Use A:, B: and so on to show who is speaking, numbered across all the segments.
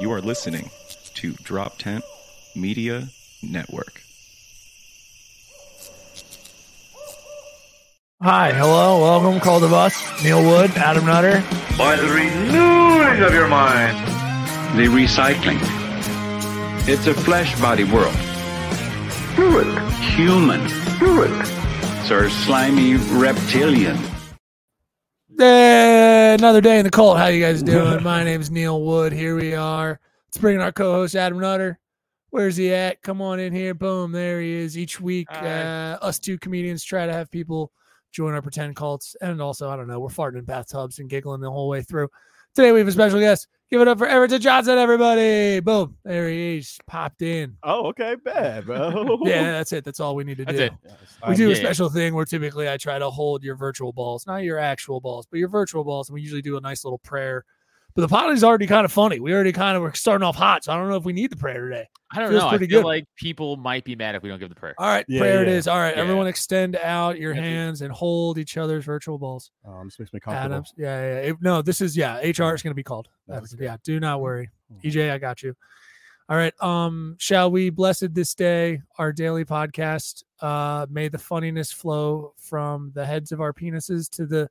A: You are listening to Drop Tent Media Network.
B: Hi, hello, welcome, Cold of Us, Neil Wood, Adam Nutter.
C: by the renewing of your mind.
D: the recycling. It's a flesh body world. Human. Sir slimy reptilian.
B: Eh, another day in the cold. How you guys doing? My name's Neil Wood. Here we are. Let's bring in our co-host Adam Nutter. Where's he at? Come on in here. Boom, there he is. Each week, uh, us two comedians try to have people join our pretend cults, and also I don't know, we're farting in bathtubs and giggling the whole way through. Today we have a special guest. Give it up for Everton Johnson, everybody! Boom, there he is. Popped in.
E: Oh, okay, bad, bro.
B: Yeah, that's it. That's all we need to
F: That's
B: do.
F: it.
B: We
E: Um,
B: do a
F: yeah.
B: special thing where typically I try to hold your virtual balls, not your actual balls, but your virtual balls. And we usually do a nice little prayer. But the potty's already kind of funny. We already kind of were starting off hot. So I don't know if we need the prayer today.
F: I don't
B: Feels
F: know. I
B: pretty
F: feel
B: good.
F: like people might be mad if we don't give the prayer.
B: All right,
E: Yeah,
B: prayer it
E: yeah.
B: is. All right,
F: Yeah.
B: everyone extend out your
F: Thank you.
B: hands and hold each other's virtual balls.
E: Um, this makes me comfortable.
B: Adams. Yeah, yeah, yeah. If- no, this is yeah, HR is gonna be called.
E: That'd be
B: That's-
E: good.
B: yeah, do not worry.
E: Mhm.
B: EJ, I got you. All right. Um, shall we blessed this day, our daily podcast. Uh may the funniness flow from the heads of our penises to the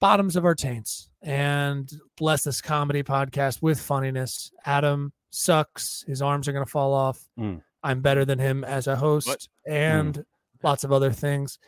B: bottoms of our taints. And bless this comedy podcast with funniness. Adam sucks, his arms are gonna fall off.
E: Mm.
B: I'm better than him as a host and lots of other things.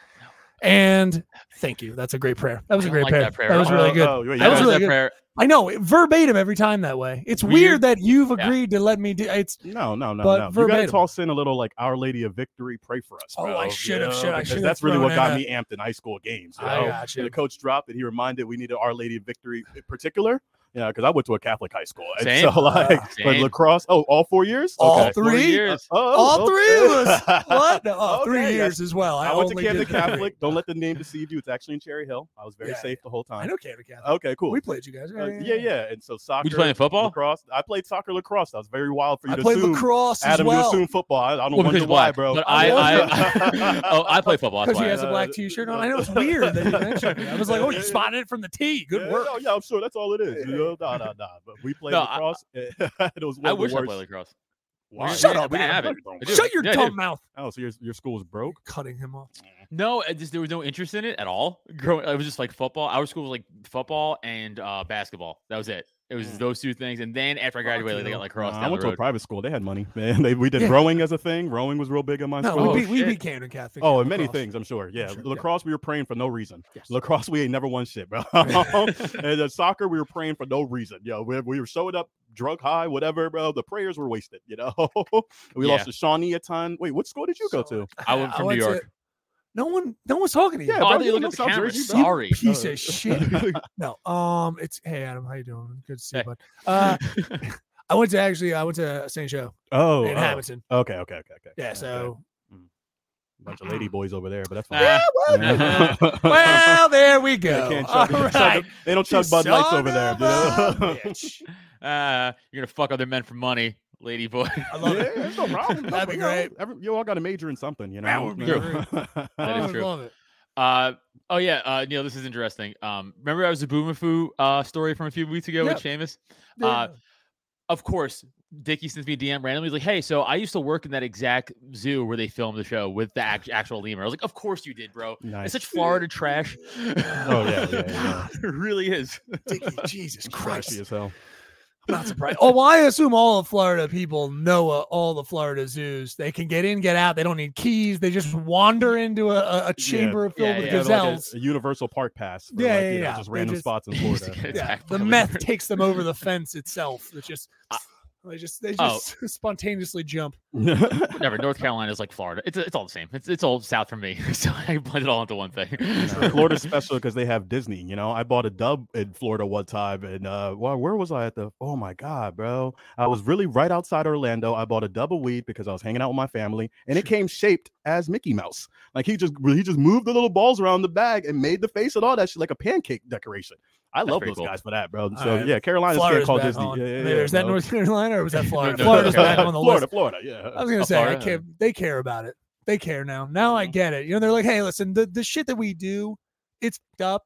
B: And thank you. That's a great prayer. That was
F: I
B: a
F: don't
B: great
F: like
B: prayer.
F: that prayer
B: That
F: at
B: was
F: all.
B: really good.
E: Oh, wait, you
B: That was
E: guys-
B: really
F: that
B: good.
F: prayer.
B: I know it- verbatim every time that way. It's weird,
F: Weird.
B: that you've
F: Yeah.
B: agreed to let me do. It's
E: no, no, no,
B: but
E: no. You
B: verbatim.
E: gotta toss in a little like Our Lady of Victory, pray for us.
B: Oh,
E: bro,
B: I
E: you
B: should've-
E: know,
B: should- I
E: because
B: should've
E: That's really
B: thrown
E: what
B: in
E: got
B: a-
E: me amped in high school games. You
B: I
E: know?
B: got
E: When
B: you.
E: the coach dropped that he reminded we needed Our Lady of Victory in particular. Yeah, because I went to a Catholic high school, and
F: Same.
E: so like,
B: Uh,
E: but
F: same.
E: lacrosse. Oh, all four years.
B: all
E: Okay.
F: Four
B: three,
F: years.
E: Oh,
B: all three
E: okay.
B: of us. What? No, oh, three
E: Okay,
B: years as well. I,
E: I, went to
B: only
E: Camden
B: did the three.
E: Catholic. Don't let the name deceive you. It's actually in Cherry Hill. I was very
B: Yeah,
E: safe the whole time.
B: I know Camden Catholic.
E: Okay, Oh, cool.
B: We played you guys.
E: Uh, yeah, yeah. And so soccer.
F: Were you playing football?
E: Lacrosse. I played soccer, lacrosse. That was very wild for you
B: I
E: to
B: played
E: assume.
B: lacrosse as
E: Adam, you
B: well
E: assume football. I, I don't
F: Well,
E: wonder
F: because
E: why,
F: why,
E: bro.
F: But I, I, oh, I play football. That's
B: because he
F: why.
B: has a black T-shirt on. I know it's weird that you mentioned it. I was like, oh, you spotted it from the T. Good
E: Yeah,
B: work.
E: No, yeah, I'm sure that's all it is. You know? Nah, nah, nah. But we played
F: No, I-
E: lacrosse. it was one
F: I
E: of the
F: wish I
E: worst.
F: played lacrosse.
E: Why?
B: Shut up,
F: We didn't
B: man.
F: have it. I do.
B: Shut your
F: Yeah, I do.
B: dumb mouth.
E: Oh, so your your school was broke?
B: Cutting him off.
F: No, I just, there was no interest in it at all. Growing, it was just like football. Our school was like football and uh, basketball. That was it. It was
E: Mm.
F: those two things. And then after I graduated, they
B: you.
F: got lacrosse
E: Nah, I
F: down
E: went
F: the
E: to a
F: road.
E: private school. They had money, man. They, we did
B: Yeah.
E: rowing as a thing. Rowing was real big in my
B: No,
E: school.
B: we
F: Oh,
B: beat we
F: shit.
B: beat Camden Catholic.
E: Oh,
B: at
E: and many
B: lacrosse.
E: things, I'm sure. Yeah,
B: sure, yeah.
E: lacrosse, we were praying for no reason.
F: Yes.
E: Lacrosse, we ain't never won shit, bro. and uh, soccer, we were praying for no reason. Yo, we, we were showing up drunk, high, whatever, bro. The prayers were wasted, you know. we
F: Yeah.
E: lost to Shawnee a ton. Wait, what school did you go
B: So-
E: to?
F: I went from New
B: went to-
F: York.
B: No one, no one's talking to you.
E: Yeah,
F: Oh, I
E: bro,
F: thought
E: you
F: you looked
E: know
F: at the
E: South
F: camera.
E: Jersey, bro.
F: Sorry.
B: Piece of shit. No, um, it's hey Adam, how you doing? Good to see you,
F: Hey.
B: bud. Uh, I went to actually, I went to St. Joe
E: oh,
B: in
E: oh.
B: Hamilton.
E: okay, okay, okay, okay.
B: Yeah,
E: okay.
B: so
E: bunch of lady boys over there, but that's fine.
F: Nah.
E: Yeah.
B: well, there we
E: They
B: go.
E: can't
B: All
E: chug- chug-
B: right,
E: They don't
B: you
E: chug Bud Lights
B: son
E: over there.
B: of
E: you know?
B: a bitch.
F: Uh, you're gonna fuck other men for money, lady boy.
B: I love
E: yeah,
B: it.
E: there's no problem. No,
B: That'd be
E: you know,
B: great.
E: every- you all got to major in something, you know.
B: That would be
F: That is
B: I
F: true.
B: love it.
F: Uh, oh yeah, uh, Neil, this is interesting. Um, remember I was a Boomafu uh story from a few weeks ago with Seamus. Uh, Of course, Dickie sends me a DM randomly. He's like, "Hey, so I used to work in that exact zoo where they filmed the show with the act- actual lemur." I was like, "Of course you did, bro.
E: nice.
F: It's such Florida trash."
E: Oh, yeah, yeah, yeah.
F: it really is.
B: Dickie, Jesus
E: Trashy
B: Christ,
E: as hell.
B: I'm not surprised. Oh, well, I assume all of Florida people know uh, all the Florida zoos. They can get in, get out. They don't need keys. They just wander into a, a, a chamber filled
F: Yeah,
B: with
F: yeah,
E: Yeah, they're like a-
B: gazelles.
E: a, universal park pass. For
B: Yeah,
E: like,
B: yeah,
E: you know,
B: yeah.
E: Just
B: They
E: random
B: just-
E: spots in
F: They just get
E: Florida.
B: Yeah,
F: attacked by
B: the
F: a
B: meth
F: lizard.
B: takes them over the fence itself. It's just
F: I-
B: they just they
F: Oh.
B: just spontaneously jump.
F: Whatever. North Carolina is like Florida. It's it's all the same. It's it's all south for me. So I blend it all into one thing.
E: Florida's special because they have Disney. You know, I bought a dub in Florida one time, and uh, well, where was I at the? Oh my god, bro! I was really right outside Orlando. I bought a dub of weed because I was hanging out with my family, and it came shaped as Mickey Mouse. Like he just he just moved the little balls around the bag and made the face and all that shit like a pancake decoration. I
F: That's
E: love
F: pretty
E: those
F: cool.
E: guys for that, bro.
B: All
E: so
B: right.
E: yeah, Carolina's can't
B: Florida's
E: call
B: back
E: Disney.
B: on.
E: Yeah, yeah,
B: Wait,
E: yeah,
B: is that
E: no.
B: North Carolina or was that Florida?
F: No,
B: Florida's
F: no,
B: back on the
E: Florida,
B: list.
E: Florida,
B: I
E: yeah.
B: was gonna
F: Oh,
B: say I
F: Florida.
B: can't, they care about it. They care now. Now I
F: Mm-hmm.
E: Mhm.
B: get it. You know, they're like, hey, listen, the, the shit that we do, it's fucked up.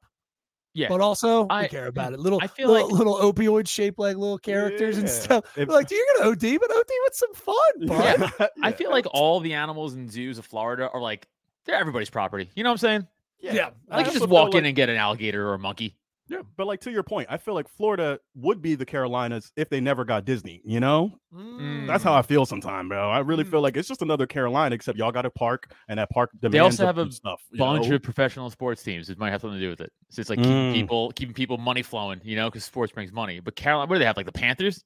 F: Yeah.
B: But also,
F: I-
B: we care about it. Little,
F: I feel
B: little,
F: like-
B: little opioid shaped like little characters and
E: Yeah.
B: stuff.
E: If-
B: We're like, dude, you're gonna OD, but OD with some fun, bud.
F: Yeah. I
E: Yeah.
F: feel like all the animals in zoos of Florida are like they're everybody's property. You know what I'm saying?
B: Yeah.
E: I
F: Like you
E: also
F: just
E: feel
F: walk
E: like-
F: in and get an alligator or a monkey.
E: Yeah, but like to your point, I feel like Florida would be the Carolinas if they never got Disney. You know, that's
F: Mm.
E: how I feel sometimes, bro. I really feel like it's just another Carolina, except y'all got a park, and that park demands
F: also have
E: good
F: a
E: stuff. you
F: Bunch
E: know?
F: of professional sports teams. It might have something to do with it. So it's like keeping
E: Mm.
F: people keeping people money flowing, you know, because sports brings money. But Carolina, what do they have? Like the Panthers,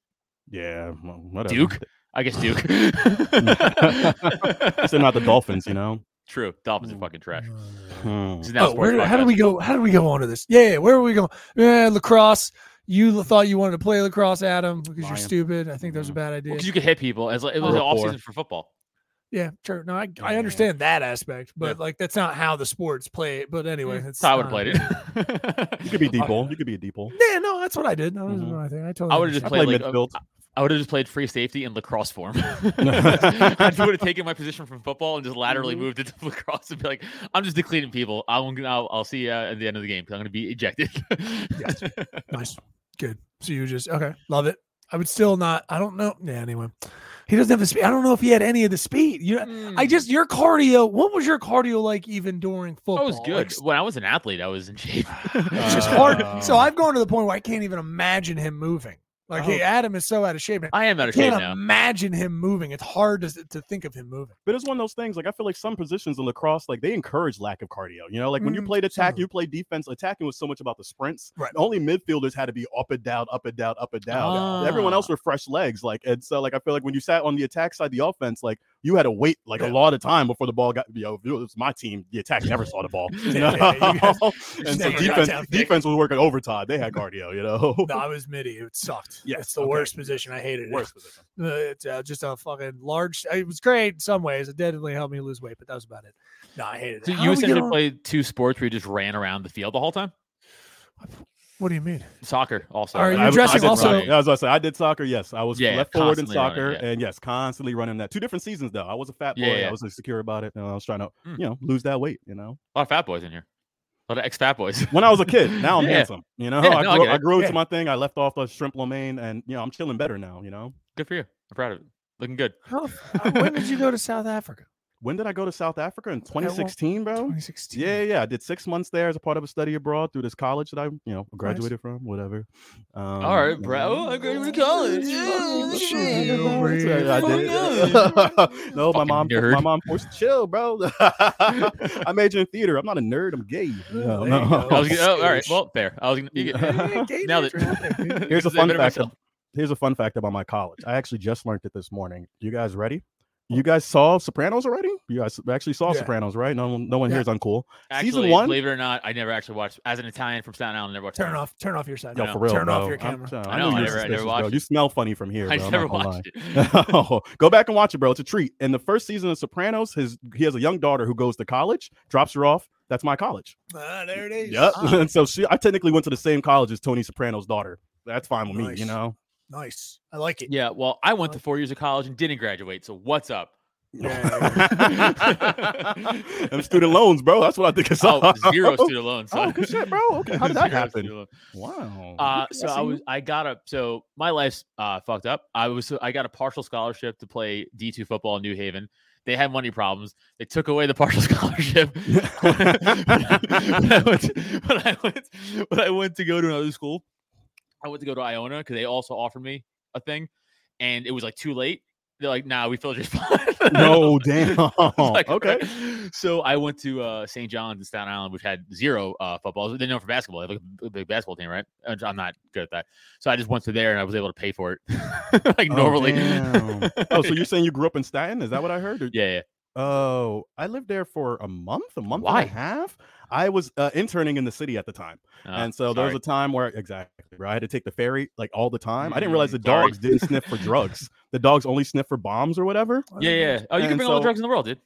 E: yeah, well, whatever.
F: Duke. I guess Duke.
E: At least They're not the Dolphins, you know.
F: True. Dolphins are
E: Mm.
F: fucking trash.
E: Hmm.
F: This is not a
B: Oh,
F: sports
B: where, how do
F: podcast.
B: we go? How do we go on to this? Yeah, where are we going? Yeah, lacrosse. You thought you wanted to play lacrosse, Adam, because
E: Lion.
B: you're stupid. I think that was a
E: Mhm.
B: bad
F: Mm-hmm. Well,
B: idea.
F: 'cause you could hit people. It's like it was
E: Or
F: an
E: a
F: off
E: four.
F: season for football.
B: yeah, sure. No, I, I
E: Yeah.
B: understand that aspect, but like that's not how the sports play it. But anyway, that's
F: That's how Mm-hmm. I would have
B: not-
F: played it.
E: You could be deep ball. You could be a deep ball.
B: Yeah, no, that's what I did. No, that's
E: Mhm.
B: what I, think. I totally
F: Mm-hmm. I would've just
E: I
B: understand.
E: play
F: Played like a-
E: midfield.
F: I would have just played free safety in lacrosse form. I would have taken my position from football and just laterally moved it to lacrosse and be like, I'm just decleaning people. I'm gonna, I'll, I'll see you at the end of the game because I'm going to be ejected.
B: Yes. nice, good. So you just okay, love it. I would still not. I don't know. Yeah, anyway, he doesn't have the speed. I don't know if he had any of the speed. You, know,
F: Mm-hmm.
B: I just your cardio. What was your cardio like even during football?
F: I was
B: Like,
F: good. When I was an athlete, I was in shape.
B: It's just
E: Uh,
B: hard. So I've gone to the point where I can't even imagine him moving. Like
E: Oh.
B: hey, Adam is so out of shape. I
F: I am out of shape
B: can't
F: now.
B: imagine him moving. It's hard to, to think of him moving.
E: But it's one of those things. Like I feel like some positions in lacrosse, like they encourage lack of cardio. You know, like when you
B: Mm,
E: played
B: some
E: attack,
B: of
E: you played defense. Attacking was so much about the sprints.
B: Right.
E: Only midfielders had to be up and down, up and down, up and down. Everyone
F: Ah.
E: else were fresh legs. Like and so, like I feel like when you sat on the attack side, the offense, like you had to wait like a lot of time before the ball got. You know, if it was my team. The attack never saw the ball. you
B: Yeah, yeah, you guys-
E: know? and so
B: never got down
E: defense,
B: thick.
E: defense was working overtime. They had cardio. You know,
B: No, I was midi. It sucked.
E: Yes,
B: it's the
E: okay.
B: worst position. I hated it.
E: worst position.
B: Uh, It's uh, just a fucking large. It was great in some ways. It definitely helped me lose weight, but that was about it. No, I hated it.
F: So
B: How do
F: you
B: we get
F: essentially
B: on-
F: played two sports where you just ran around the field the whole time?
B: What do you mean?
F: Soccer also.
B: Are you
F: I was- I
B: dressing
F: did
B: also-
F: running.
E: Yeah, as I said, I did soccer. Yes, I was
F: Yeah,
E: left forward in
F: constantly running,
E: soccer,
F: yeah.
E: and yes, constantly running that. Two different seasons though. I was a fat boy.
F: Yeah, yeah.
E: I was insecure about it, and I was trying to,
F: Mm.
E: you know, lose that weight. You know,
F: A lot of fat boys in here. A lot of ex fat boys.
E: when I was a kid, now I'm
F: Yeah.
E: handsome. You know,
F: Yeah,
E: I
F: no, I
E: grew,
F: get
E: I
F: it.
E: grew
B: Yeah.
E: to my thing. I left off the shrimp lo mein, and you know, I'm chilling better now. You know,
F: Good for you. I'm proud of it. Looking good.
B: How, uh, when did you go to South Africa?
E: when did I go to South Africa in 2016, bro?
B: 2016.
E: Oh, Yeah, yeah, I did six months there as a part of a study abroad through this college that I, you know, graduated from, whatever. Um,
F: All right,
E: you
F: bro.
E: know.
F: I graduated college. Yeah,
B: Fucking
F: shit.
B: you,
E: Yeah,
B: Brady.
E: that's right, I did. no, my
F: Fucking
E: mom,
F: nerd.
E: my mom forced chill, bro. I majored in theater. I'm not a nerd. I'm gay. No,
B: there you
E: no.
B: go.
F: I was gonna, oh, all right.
B: Skittish.
F: Well, fair. I was gonna. You get, now that
E: Here's a
F: Because I
E: fun
F: better
E: fact.
F: myself.
E: ab- Here's a fun fact about my college. I actually just learned it this morning. You guys ready? You guys saw Sopranos already? You guys actually saw
B: Yeah.
E: Sopranos, right? No, one- no one
B: Yeah.
E: here is uncool.
F: Actually,
E: one?
F: Believe it or not, I never actually watched. As an Italian from Staten Island, I never watched.
B: Turn
F: Sopranos.
B: off. Turn off your side.
E: Yo,
F: No.
E: for real,
B: Turn off
E: bro.
B: your
E: I'm
B: camera.
E: telling you,
F: I know,
E: I
F: I
E: knew you
F: never-
E: were
F: I never
E: suspicious, bro.
F: watched
E: You smell funny from here. bro.
F: I just
E: I'm
F: never
E: not gonna lie.
F: watched it.
E: oh, go back and watch it, bro. It's a treat. In the first season of Sopranos, his he has a young daughter who goes to college, drops her off. That's my college.
B: Ah, there it is.
E: Yep. and so she, I technically went to the same college as Tony Soprano's daughter. That's fine with me,
B: Nice.
E: you know.
B: Nice. I like it.
F: Yeah. Well, I went to four years of college and didn't graduate. So what's up?
E: Them student loans, bro. That's what I think it's
F: Oh,
E: all.
F: zero student loans.
E: Oh,
F: son.
E: good shit, bro. Okay, how did
F: Zero
E: that
F: student
E: happen?
F: loans.
E: Wow.
F: Uh,
E: Oh, Okay,
F: so
E: see
F: I
E: you.
F: was, I got a, so my life's uh, fucked up. I was, I got a partial scholarship to play D2 football in New Haven. They had money problems. They took away the partial scholarship. when, I went, when, I went, when I went to go to another school, I went to go to Iona because they also offered me a thing and it was like too late. They're like, nah, we filled your spot.
E: No, damn.
F: Like,
E: Oh, okay.
F: right. So I went to uh, St. John's in Staten Island, which had zero uh, football. They know for basketball. They have like, a big basketball team, right? And I'm not good at that. So I just went to there and I was able to pay for it, like
E: Oh,
F: normally.
E: damn. Oh, so
F: Yeah.
E: you're saying you grew up in Staten? Is that what I heard? Or-
F: yeah, yeah.
E: Oh, I lived there for a month, a month
F: Why?
E: and a half. I was uh, interning in the city at the time,
F: Oh,
E: and so there was a time where exactly where I had to take the ferry like all the time. I didn't
F: Mm,
E: realize the
F: sorry.
E: dogs didn't sniff for drugs. The dogs only sniff for bombs or whatever,
F: sorry. yeah, yeah. Oh, you can
E: And
F: bring all the
E: so-
F: drugs in the world, dude.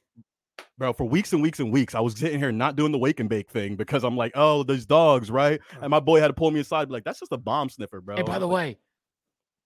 E: bro. For weeks and weeks and weeks, I was sitting here not doing the wake and bake thing because I'm like, oh, these dogs, right? And my boy had to pull me aside, and be like, that's just a bomb sniffer, bro.
F: and by
E: I
F: the
E: was like,
F: way,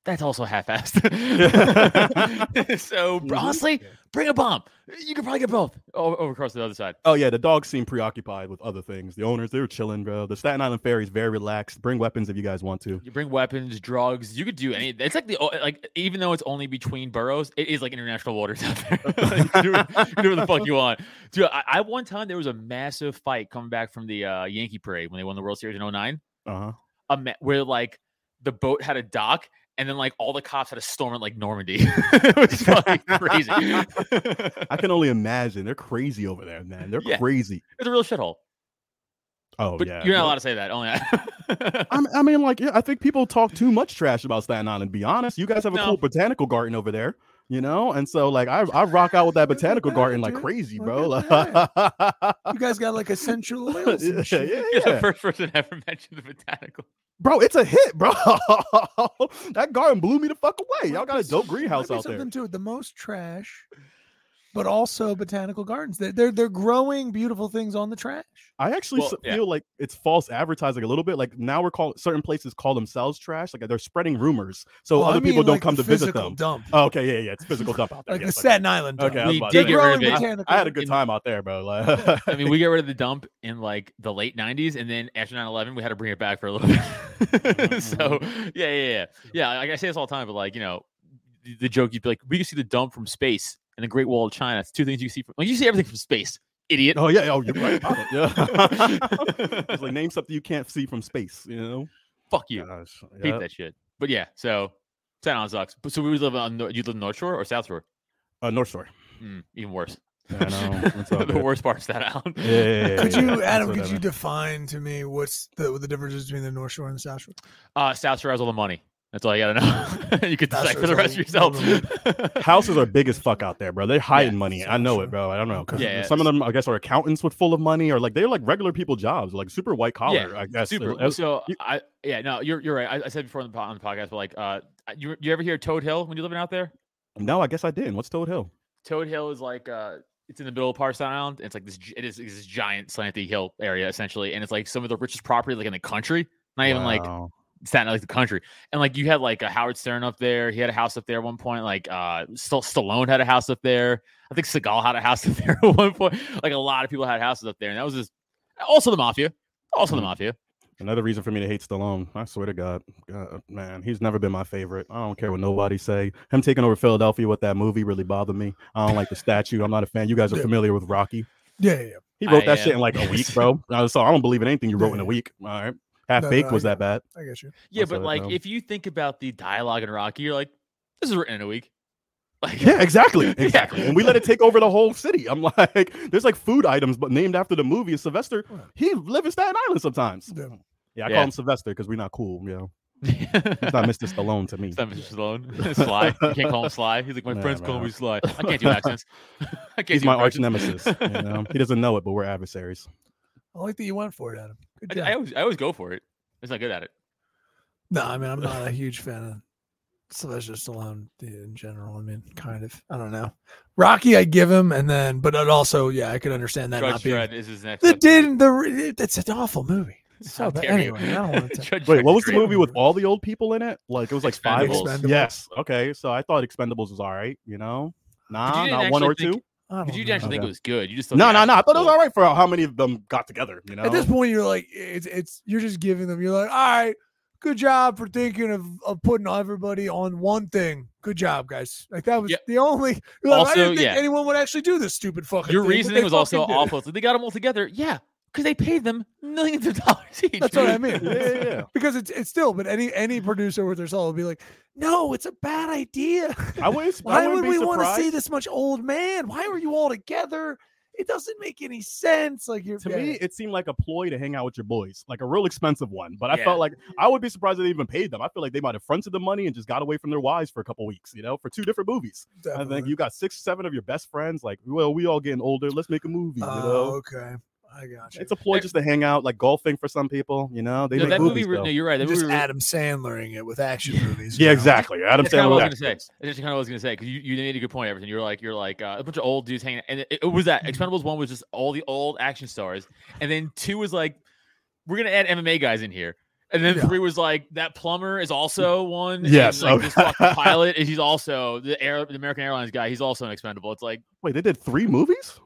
F: That's also half-assed. so
E: Mm-hmm.
F: br- honestly, bring a bomb. You could probably get both over, over across the other side.
E: Oh yeah, the dogs seem preoccupied with other things. The owners, they were chilling, bro. The Staten Island Ferry is very relaxed. Bring weapons if you guys want to.
F: You bring weapons, drugs. You could do any. It's like the o- like even though it's only between boroughs, it is like international waters out there. Like, you do, what- you do whatever the fuck you want. Dude, I, I one time there was a massive fight coming back from the uh, Yankee parade when they won the World Series in 09,
E: Uh huh.
F: a ma- where like the boat had a dock. And then, like all the cops had to storm it like Normandy. it was
E: Oh,
F: fucking crazy. it's
E: I can only imagine. They're crazy over there, man. They're
F: Yeah.
E: crazy.
F: a real shithole.
E: Oh
F: But
E: yeah.
F: you're not
E: No,
F: allowed to say that. Only I.
E: I'm- I mean, like, yeah, I think people talk too much trash about Staten Island. Be honest, you guys have a
F: No.
E: cool botanical garden over there, you know, and so like, I, I rock out with that
B: Look at
E: botanical
B: that,
E: garden like
B: dude.
E: crazy,
B: Look
E: bro.
B: at You guys got like essential oils.
E: yeah,
B: and shit.
E: yeah,
F: You're the
E: yeah.
F: first person to ever mention the botanical.
E: bro, it's a hit, bro. that garden blew me the fuck away. Y'all
B: Might
E: got
B: be
E: a dope
B: some- might
E: greenhouse
B: be
E: out
B: something
E: there.
B: to it. The most trash, but also botanical gardens. They're they're, they're growing beautiful things on the trash.
E: I actually
F: Well,
E: s-
F: yeah.
E: feel like it's false advertising a little bit. Like now we're called certain places call themselves trash. Like they're spreading rumors, so
B: Well, I
E: other people
B: mean,
E: don't
B: like,
E: come
B: the
E: to visit
B: physical
E: them.
B: Dump.
E: Oh, okay, yeah, yeah, it's physical dump out there.
B: like the
E: yes, okay.
B: Staten Island. Dump.
E: Okay, I was
F: We
E: about to
F: did
E: say.
F: get rid of it.
E: I had a good
F: in-
E: time out there, bro. Like,
F: I mean, we got rid of the dump in like the late 90s, and then after 9 11, we had to bring it back for a little bit. so,
E: Mm-hmm.
F: yeah, yeah, yeah. Yeah, like I say this all the time, but like, you know, the, the joke you'd be like, we can see the dump from space and the Great Wall of China. It's two things you see from, like, you see everything from space, idiot.
E: Oh yeah, oh you're right about it. Yeah. it's like name something you can't see from space, you know?
F: Fuck you.
E: Gosh,
F: Hate that shit. But yeah, so Staten Island sucks. But so we would live on, Nor- you live North Shore or South Shore?
E: Uh, North Shore.
F: Mm, even worse.
E: I know, it's all
F: the
E: good.
F: worst part of Staten Island.
E: Yeah, yeah, yeah,
B: Could
E: yeah,
B: you,
E: it's
B: Adam? Could
E: whatever.
B: you define to me what's the what the differences between the North Shore and the South Shore?
F: Uh, South Shore has all the money. That's all you gotta know. you could
B: South
F: decide for
B: Shore's
F: the rest
B: all-
F: yourself.
B: all
E: Houses are big as fuck out there, bro. They're hiding money. I know
B: Sure.
E: it, bro. I don't know. 'cause
F: Yeah, yeah.
E: Some of them, I guess, are accountants with full of money, or like they're like regular people jobs, like super white collar. I guess.
F: super.
E: That's-
F: so
E: you-
F: I yeah no you're you're right. I, I said before on the, po- on the podcast, but like uh you you ever hear Toad Hill when you're living out there?
E: no, I guess I didn't. What's Toad Hill?
F: Toad Hill is like uh it's in the middle of Parson Island. and It's like this gi- it is it's this giant slanty hill area essentially, and it's like some of the richest property like in the country. Not even like
E: Wow.
F: Staten like the country. And like you had like a Howard Stern up there. He had a house up there at one point. Like uh St- Stallone had a house up there. I think Seagal had a house up there at one point. Like a lot of people had houses up there. And that was just also the mafia. Also the
E: Mhm.
F: mafia.
E: Another reason for me to hate Stallone. I swear to God, God, man, he's never been my favorite. I don't care what nobody say. Him taking over Philadelphia with that movie really bothered me. I don't like the statue. I'm not a fan. You guys are
B: Yeah.
E: familiar with Rocky.
B: Yeah, yeah. yeah.
E: He wrote
F: I
E: that shit
F: am.
E: in like a week, bro. Uh, So I don't believe in anything you wrote in
B: Yeah.
E: a week. All right. Half
B: No,
E: baked
B: no, I
E: was
B: get
E: that bad.
B: I guess you.
F: Yeah,
E: I'll say
F: but
E: that
F: like
E: now.
F: if you think about the dialogue in Rocky, you're like, this is written in a week. Like
E: Yeah, exactly.
F: Yeah.
E: Exactly. And we let it take over the whole city. I'm like, there's like food items but named after the movie. Sylvester,
B: Right.
E: he live in Staten Island sometimes.
B: Yeah.
F: Hmm.
E: Yeah, I
F: Yeah.
E: call him Sylvester because we're not cool. You know,
F: it's
E: he's not Mr. Stallone to me.
F: It's not Mr. Stallone. Sly. You can't call him Sly. He's like, my
E: Nah,
F: friends call
E: man.
F: me Sly. I can't do accents. I can't
E: He's
F: do
E: my arch
F: impressions.
E: nemesis. You know? he doesn't know it, but we're adversaries.
B: I like that you went for it, Adam. Good
F: I-
B: job.
F: I, always, I always go for it. It's not good at it.
B: No, I mean I'm not a huge fan of Sylvester Stallone dude, in general. I mean, kind of. I don't know. Rocky, I give him, and then, but it also, yeah, I could understand that
F: Judge
B: not being.
F: Dredd is his next.
B: That
F: episode.
B: did the. re- It's an awful movie. It's so
F: How
B: bad.
F: dare you.
B: Anyway, I don't want to.
F: Judge
E: Wait,
F: Dredd
E: what
F: is
E: was the
F: great.
E: movie with all the old people in it? Like it was like five.
F: Expendables.
E: old- Yes. Okay. So I thought Expendables was all right. You know,
F: But
E: nah,
F: you didn't
E: not one or
F: actually
E: two.
F: think-
B: I
F: But you
B: don't
F: didn't
B: know.
F: actually think it
E: Okay.
F: was good. You just thought
E: No,
F: the
E: no, no. I
F: action
E: thought it was
F: cool.
E: all right for how many of them got together. You know,
B: At this point, you're like, it's it's you're just giving them. You're like, all right, good job for thinking of, of putting everybody on one thing. Good job, guys. Like that was
F: Yeah.
B: the only. you're like, I
F: Also,
B: didn't think
F: yeah.
B: anyone would actually do this stupid fucking.
F: Your
B: thing, but they
F: reasoning was also
B: fucking did it.
F: awful. So they got them all together. Yeah, because they paid them millions of dollars each.
B: That's what I mean.
E: Yeah, yeah, yeah. Mm-hmm.
B: Because it's it's still, but any any producer with their soul would be like, no, it's a bad idea.
E: I wouldn't.
B: Why
E: I
B: would
E: wouldn't
B: we
E: be
B: want to
E: surprised.
B: see this much old man? Why were you all together? It doesn't make any sense. Like you're
E: to
B: yeah,
E: me,
B: yeah.
E: it seemed like a ploy to hang out with your boys, like a real expensive one. But I
F: Yeah.
E: felt like I would be surprised if they even paid them. I feel like they might have fronted the money and just got away from their wives for a couple weeks, you know, for two different movies. I think
B: Definitely.
E: you got six, seven of your best friends. Like, well, we all getting older. Let's make a movie. You
B: Oh,
E: know,
B: okay, I got you.
E: it's a ploy just to hang out, like golfing for some people. You know, they
F: No,
E: make
F: that movie.
E: movies.
F: re- No,
E: though.
F: you're right. That
B: just
F: movie re-
B: Adam Sandlering it with action movies.
E: yeah,
B: now.
E: exactly. Adam
F: That's kind of
E: Sandler.
F: what I
E: with
F: was gonna say. That's kind of what I was gonna say because you, you made a good point, Everton. You're like you're like uh, a bunch of old dudes hanging, and it, it was that
E: Mm-hmm.
F: Expendables one was just all the old action stars, and then two was like we're gonna add MMA guys in here, And then
B: Yeah.
F: three was like that plumber is also one.
E: Yes,
F: And, like,
E: okay.
F: this fucking pilot is he's also the air the American Airlines guy. He's also an expendable. It's like
E: Wait, they did three movies?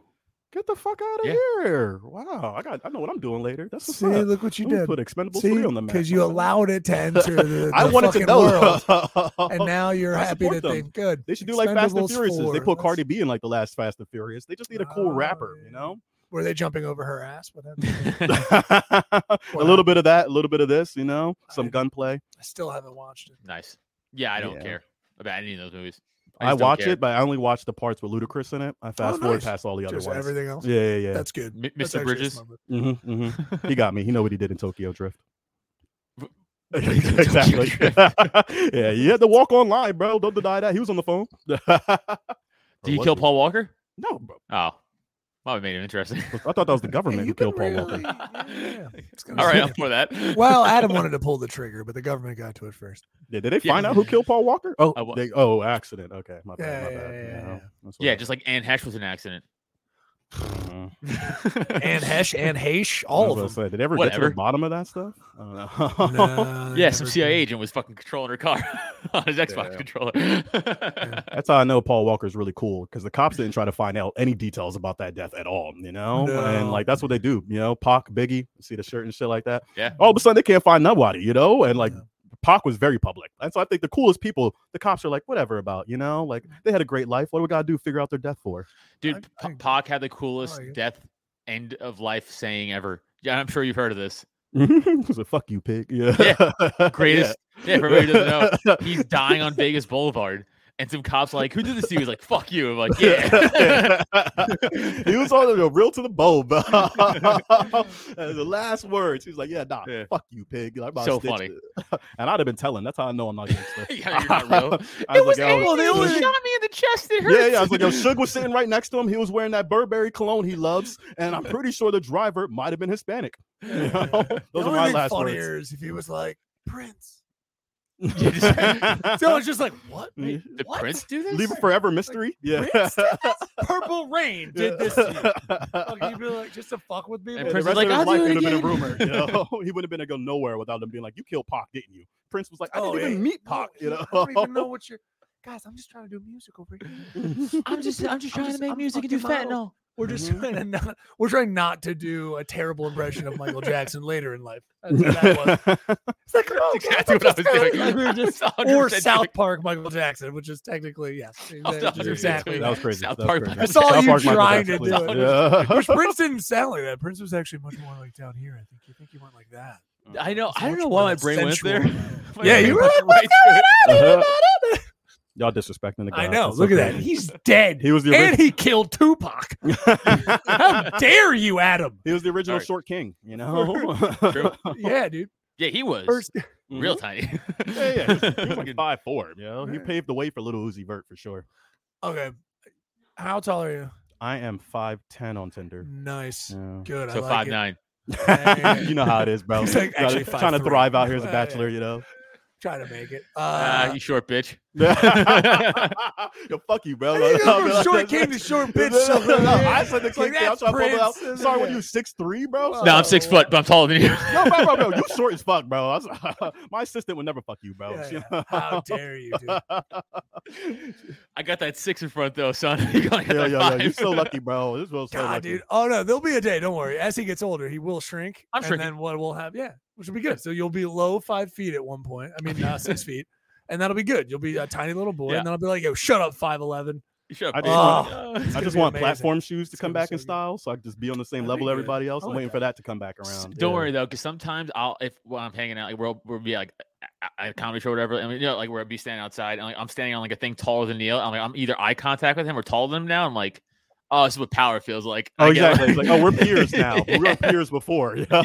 E: Get the fuck out of
F: Yeah.
E: here! Wow, I got I know what I'm doing later. That's what's
B: See,
E: up.
B: look what you
E: Let me
B: did.
E: Put Expendable
B: See,
E: three on the map.
B: because you allowed it to enter the,
E: I
B: the
E: wanted to
B: fucking
E: know.
B: world, and now you're
E: I
B: happy
E: support
B: that they
E: them.
B: good.
E: they should do like Fast and
B: Expendables
E: Furious. They
B: 4,
E: put
B: that's-
E: Cardi B in like the last Fast and Furious. They just need a cool
B: Oh,
E: rapper, you
B: yeah.
E: know.
B: Were they jumping over her ass? But I
E: a little bit of that, a little bit of this, you know. Some
B: I-
E: gunplay.
B: still haven't watched it.
F: nice. Yeah, I don't
E: Yeah.
F: care about any of those movies.
E: I,
F: just don't
E: watch
F: care.
E: it, but I only watch the parts with Ludacris in it. I fast forward
B: Oh, nice.
E: past all the other
B: Just
E: ones.
B: everything else.
E: Yeah, yeah, yeah.
B: That's good.
F: M-
B: That's
F: Mr.
B: actually a
F: Bridges.
B: smart move.
E: Mm-hmm, He got me. He know what he did in Tokyo Drift.
F: What
E: exactly. yeah, he had to walk online, bro. Don't deny that. He was on the phone.
F: Do
E: Or
F: you
E: was
F: kill
E: he?
F: Paul Walker?
E: No, bro.
F: Oh, probably made it interesting.
E: I thought that was the government who
B: you
E: killed
B: can
E: Paul
B: really-
E: Walker.
B: yeah, it's gonna
F: All right,
B: be-
F: I'm for that.
B: well, Adam wanted to pull the trigger, but the government got to it first.
E: Yeah, did they
F: Yeah.
E: find out who killed Paul Walker? Oh,
F: I wa-
E: they, oh, accident. Okay, my bad. my
B: Yeah, yeah,
E: bad.
B: yeah,
E: Yeah,
B: yeah.
E: that's what
F: yeah,
E: I-
F: just like Anne Hesh was an accident.
E: Mhm.
B: And Hesh and Hesh, all of
E: I was
B: them.
E: gonna say, did they ever get to
F: Whatever.
E: the bottom of that stuff? I don't know.
B: No, they
F: yeah, some
B: never
F: CIA
B: did.
F: agent was fucking controlling her car on his Xbox
E: Yeah.
F: controller.
E: That's how I know Paul Walker's really cool because the cops didn't try to find out any details about that death at all, you know? And
B: No.
E: like that's what they do, you know. Pac, Biggie, see the shirt and shit like that.
F: Yeah.
E: All of a sudden they can't find nobody, you know? And like
B: Yeah.
E: Pac was very public. And so I think the coolest people, the cops are like, whatever about, you know, like
F: Mm-hmm.
E: they had a great life. What do we gotta do? Figure out their death for.
F: Dude,
B: I- I- Oh,
F: P- Pac had the coolest
B: yeah.
F: death end of life saying ever. Yeah, I'm sure you've heard of this.
E: so fuck you, pig. Yeah.
F: Greatest. Yeah, for everybody who doesn't know, he's dying on Vegas Boulevard. And some cops like, who did this to you? He's like, fuck you. I'm like, yeah.
E: he was on the real to the bone, bro. And the last words, he was like, "Yeah, nah,
F: Yeah.
E: fuck you, pig." Like, I'm about to
F: So
E: stitch
F: funny.
E: it. and I'd have been telling. That's how I know I'm not gangster.
F: yeah you're not real.
E: I
F: it
E: was
F: was
E: like,
F: Andy.
E: yo,
F: He
E: Suge-
F: shot me in the chest. It hurts.
E: yeah, yeah. I was like, yo, Suge was sitting right next to him. He was wearing that Burberry cologne he loves, and I'm pretty sure the driver might have been Hispanic. You know?
B: The
E: Those are
B: only
E: my
B: thing
E: last
B: funnier
E: words.
B: is if he was like Prince. So
E: Leave
B: it's just like what? Wait,
F: Did
B: what?
F: Prince do this?
E: it forever mystery. Yeah.
B: Prince did this? Purple Rain did this. To you. Fuck,
E: Yeah.
B: you'd be like, just to fuck with me.
F: And
E: And
F: Prince
E: the
F: was
E: rest
F: like,
E: of his
F: "I'll
E: life
F: do
E: it would
F: it
E: have been a
F: again."
E: rumor. You know? he wouldn't have been to go nowhere without them being like, "You killed Pac, didn't you?" Prince was like,
B: Oh,
E: "I didn't even meet Pac." you know,
B: I don't even know what you're. Guys, I'm just trying to do music over here.
F: I'm just, I'm just
B: I'm
F: trying
B: just-
F: to make
B: I'm
F: music and do
B: fucking
F: fentanyl.
B: model. We're just
E: Mhm.
B: trying to not. We're trying not to do a terrible impression of Michael Jackson later in life. That's what that was. It's like, oh,
F: That's exactly what I was doing.
B: Like, we were just, or
F: 100%
B: South
F: doing-
B: Park Michael Jackson, which is technically yes,
F: was
B: exactly.
F: 100%
B: exactly
F: doing
E: That
B: that.
E: was crazy.
F: South
E: that was
F: Park
E: crazy.
F: Michael
B: That's all
E: South
B: you
E: Park Michael
B: trying
E: Jackson,
B: to do.
E: please.
B: it. Which Prince didn't sound like that. Prince was actually much more like down here. I think you think you went like that.
E: Uh-huh.
F: I know.
B: It's
F: I don't
B: much
F: know why
B: more
F: my brain went there.
B: sensual.
F: My
B: Yeah,
F: brain
B: you were
F: went
B: like,
F: right to it.
E: Uh-huh. Y'all disrespecting the guy.
B: I know. Look at that. He's dead.
E: He was the
B: and he killed Tupac.
E: original.
B: How dare you, Adam?
E: he was the original
F: Sorry.
E: short king. You know.
F: True.
B: Yeah, dude.
F: Yeah, he was
B: First,
F: real tiny.
E: Yeah, yeah. He was, he was like
F: Fucking-
E: five four. You know, he
B: Yeah.
E: paved the way for little Uzi Vert for sure.
B: okay. How tall are you?
E: I am five ten on Tinder.
B: Nice.
E: Yeah.
B: Good.
F: so
B: I like
F: five
B: it.
F: nine.
B: Yeah.
E: you know how it is, bro.
B: He's like,
E: Gotta-
B: actually
E: trying to
B: 5'3".
E: thrive out here as a
B: Yeah,
E: bachelor, you know.
B: Try to make it. Uh,
F: Ah, you short bitch.
E: Yo, fuck you, bro.
B: How do you go from
E: Like,
B: short king to short bitch
E: No, no, no,
B: somewhere?
E: no, I said the
B: It's like,
E: king. thing. I'm
B: that's
E: trying to bubble out.
B: Prince.
E: Sorry, what are you six three, bro?
F: No, I'm six
B: Oh.
F: foot, but I'm taller than you.
E: Yo, bro, bro, bro, you short as fuck, bro. I was- my assistant would never fuck you, bro.
B: Yeah,
E: You
B: yeah. How
E: know?
B: dare you, dude?
F: I got that six in front though, son. You only got
E: yo,
F: that
E: yo, yo,
F: five.
E: you're so lucky, bro. This was so
B: God,
E: lucky.
B: dude. Oh no, there'll be a day. Don't worry. As he gets older, he will shrink.
F: I'm
B: and
F: shrinking.
B: then what we'll have, yeah, which will be good. So you'll be low five feet at one point. I mean, uh, six feet, and that'll be good. You'll be a tiny little boy,
F: Yeah.
B: and then I'll be like, "Yo, shut up, five eleven.
F: You shut
E: I
F: up.
E: did.
B: Oh.
F: bitch.
E: I
B: gonna
E: just
B: be
E: want
B: amazing.
E: platform shoes to
B: It's
E: come
B: gonna be
E: back in
B: so good.
E: style, so I can just be on the same
B: That'd
E: level
B: be good.
E: everybody else.
B: I
E: I'm
B: like
E: waiting for that to come back around.
F: Don't
E: yeah.
F: worry though, because sometimes I'll if when I'm hanging out, like we'll we'll be like at a comedy show or whatever, and we, you know, like we'll be standing outside, and like I'm standing on like a thing taller than Neil. I'm like I'm either eye contact with him or taller than him now. I'm like, oh, this is what power feels like.
E: Oh,
F: I get,
E: exactly. It's like, oh, we're peers now. We
F: Yeah.
E: were peers before. you know?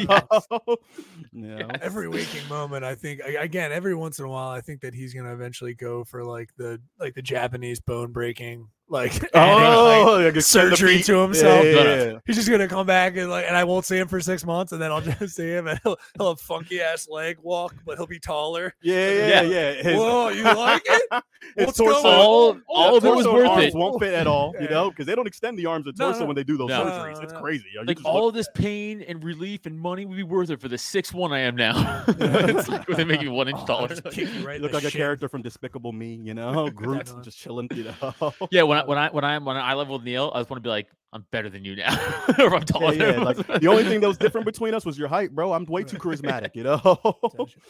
E: Yeah.
B: Every waking moment, I think. a- Again, every once in a while, I think that he's gonna eventually go for like the like the Japanese bone breaking Like,
E: Oh,
B: oh,
E: like, extend the
B: surgery
E: feet.
B: to himself.
E: Yeah, yeah, yeah.
B: he's just gonna come back and like, and I won't see him for six months, and then I'll just see him, and he'll, he'll have funky ass leg walk, but he'll be taller.
E: Yeah, yeah,
F: Yeah.
E: yeah. His,
B: Whoa, you like it?
E: his
B: What's
E: torso,
B: going on?
F: All- all of it
E: torso
F: was
E: and
F: worth
E: arms
F: it.
E: Won't fit at all, you
B: Yeah.
E: know, because they don't extend the arms or
B: No,
E: torso
B: no.
E: when they do those
F: No.
E: surgeries. It's
B: No, no.
E: crazy. yo. You
F: like
E: just
F: all
E: look-
F: of this pain and relief and money would be worth it for the six one I am now. it's like when they make you one inch
B: Oh, I'll
F: taller.
B: just kick you right
E: you
B: in
E: look
B: the
E: like a
B: shin.
E: character from Despicable Me, you know, Groot
B: Definitely.
E: just chilling, you know.
F: Yeah, when I when I when I'm when I level with Neil, I just want to be like, I'm better than you now, or I'm taller.
E: Yeah,
F: than
E: yeah, like, the only thing that was different between us was your height, bro. I'm way too charismatic, you know.
B: Attention.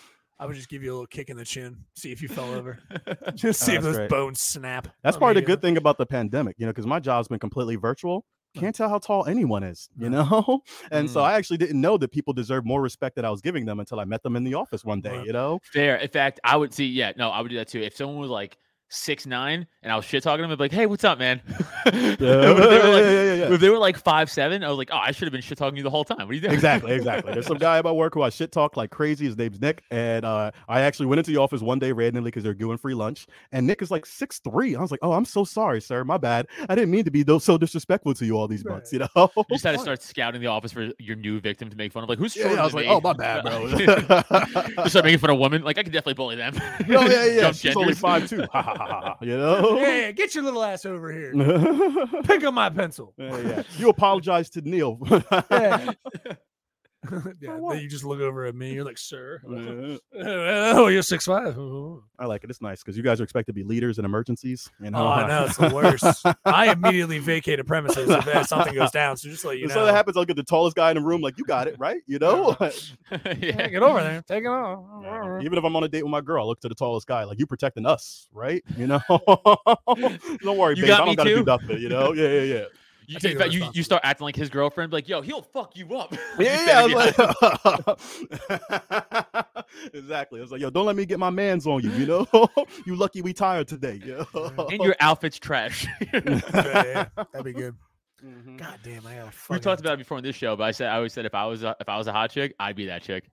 B: I would just give you a little kick in the chin, see if you fell over, just see if
E: that's
B: those
E: right.
B: bones snap.
E: That's part of the
B: immediately.
E: good thing about the pandemic, you know, because my job's been completely virtual. Can't tell how tall anyone is, you know? And so
F: Mm.
E: I actually didn't know that people deserve more respect that I was giving them until I met them in the office one day,
B: Right.
E: you know?
F: Fair. In fact, I would see. Yeah, no, I would do that too. If someone was like six nine and I was shit talking to them, I'd be like, "Hey, what's up, man?" if, they
E: Yeah,
F: were like,
E: yeah, yeah, yeah, yeah.
F: if they were like five seven, I was like, "Oh, I should have been shit talking to you the whole time." What are you doing?
E: exactly, exactly. There's some guy at my work who I shit talk like crazy. His name's Nick, and uh, I actually went into the office one day randomly because they're doing free lunch, and Nick is like six three. I was like, "Oh, I'm so sorry, sir. My bad. I didn't mean to be tho- so disrespectful to you all these months." You know?
F: You just had to start scouting the office for your new victim to make fun of. Like, who's
E: Yeah,
F: shorter
E: yeah, I was
F: than
E: like,
F: me?
E: "Oh, my bad, bro."
F: Just start making fun of women. Like, I could definitely bully them.
E: oh yeah, yeah.
F: Jump
E: She's only
F: genders.
E: five two. you know?
B: Yeah, yeah, get your little ass over here.
E: yeah,
B: Pick up my pencil.
E: yeah. You apologize to Neil.
B: Yeah. yeah,
E: what?
B: then you just look over at me. You're like, sir.
E: Yeah.
B: oh, you're six five. Oh,
E: I like it. It's nice because you guys are expected to be leaders in emergencies. You know?
B: Oh, I know it's the worst. I immediately vacate a premises if that- something goes down. So just let you
E: And
B: know.
E: so that happens. I'll get the tallest guy in the room. Like you got it right. You know.
B: Yeah,
F: yeah.
B: get over there. Take it
E: Yeah,
B: off.
E: Even if I'm on a date with my girl, I look to the tallest guy. Like you protecting us, right? You know. don't worry,
F: You
E: babe.
F: got
E: I don't
F: me
E: gotta
F: too?
E: do nothing. You know. Yeah, yeah, yeah.
F: You,
B: I take
F: in
B: the
F: fact, you, you
B: responsibility.
F: start acting like his girlfriend, be like, yo, he'll fuck you up. You
E: Yeah,
F: better be-
E: I was like, exactly. I was like, yo, don't let me get my man's on you. You know, you lucky we tired today. You know?
F: and your outfit's trash.
B: Yeah, yeah, That'd be good.
E: Mhm.
B: God damn, I got a
F: we talked about it before on this show, but I said I always said if I was a, if I was a hot chick, I'd be that chick.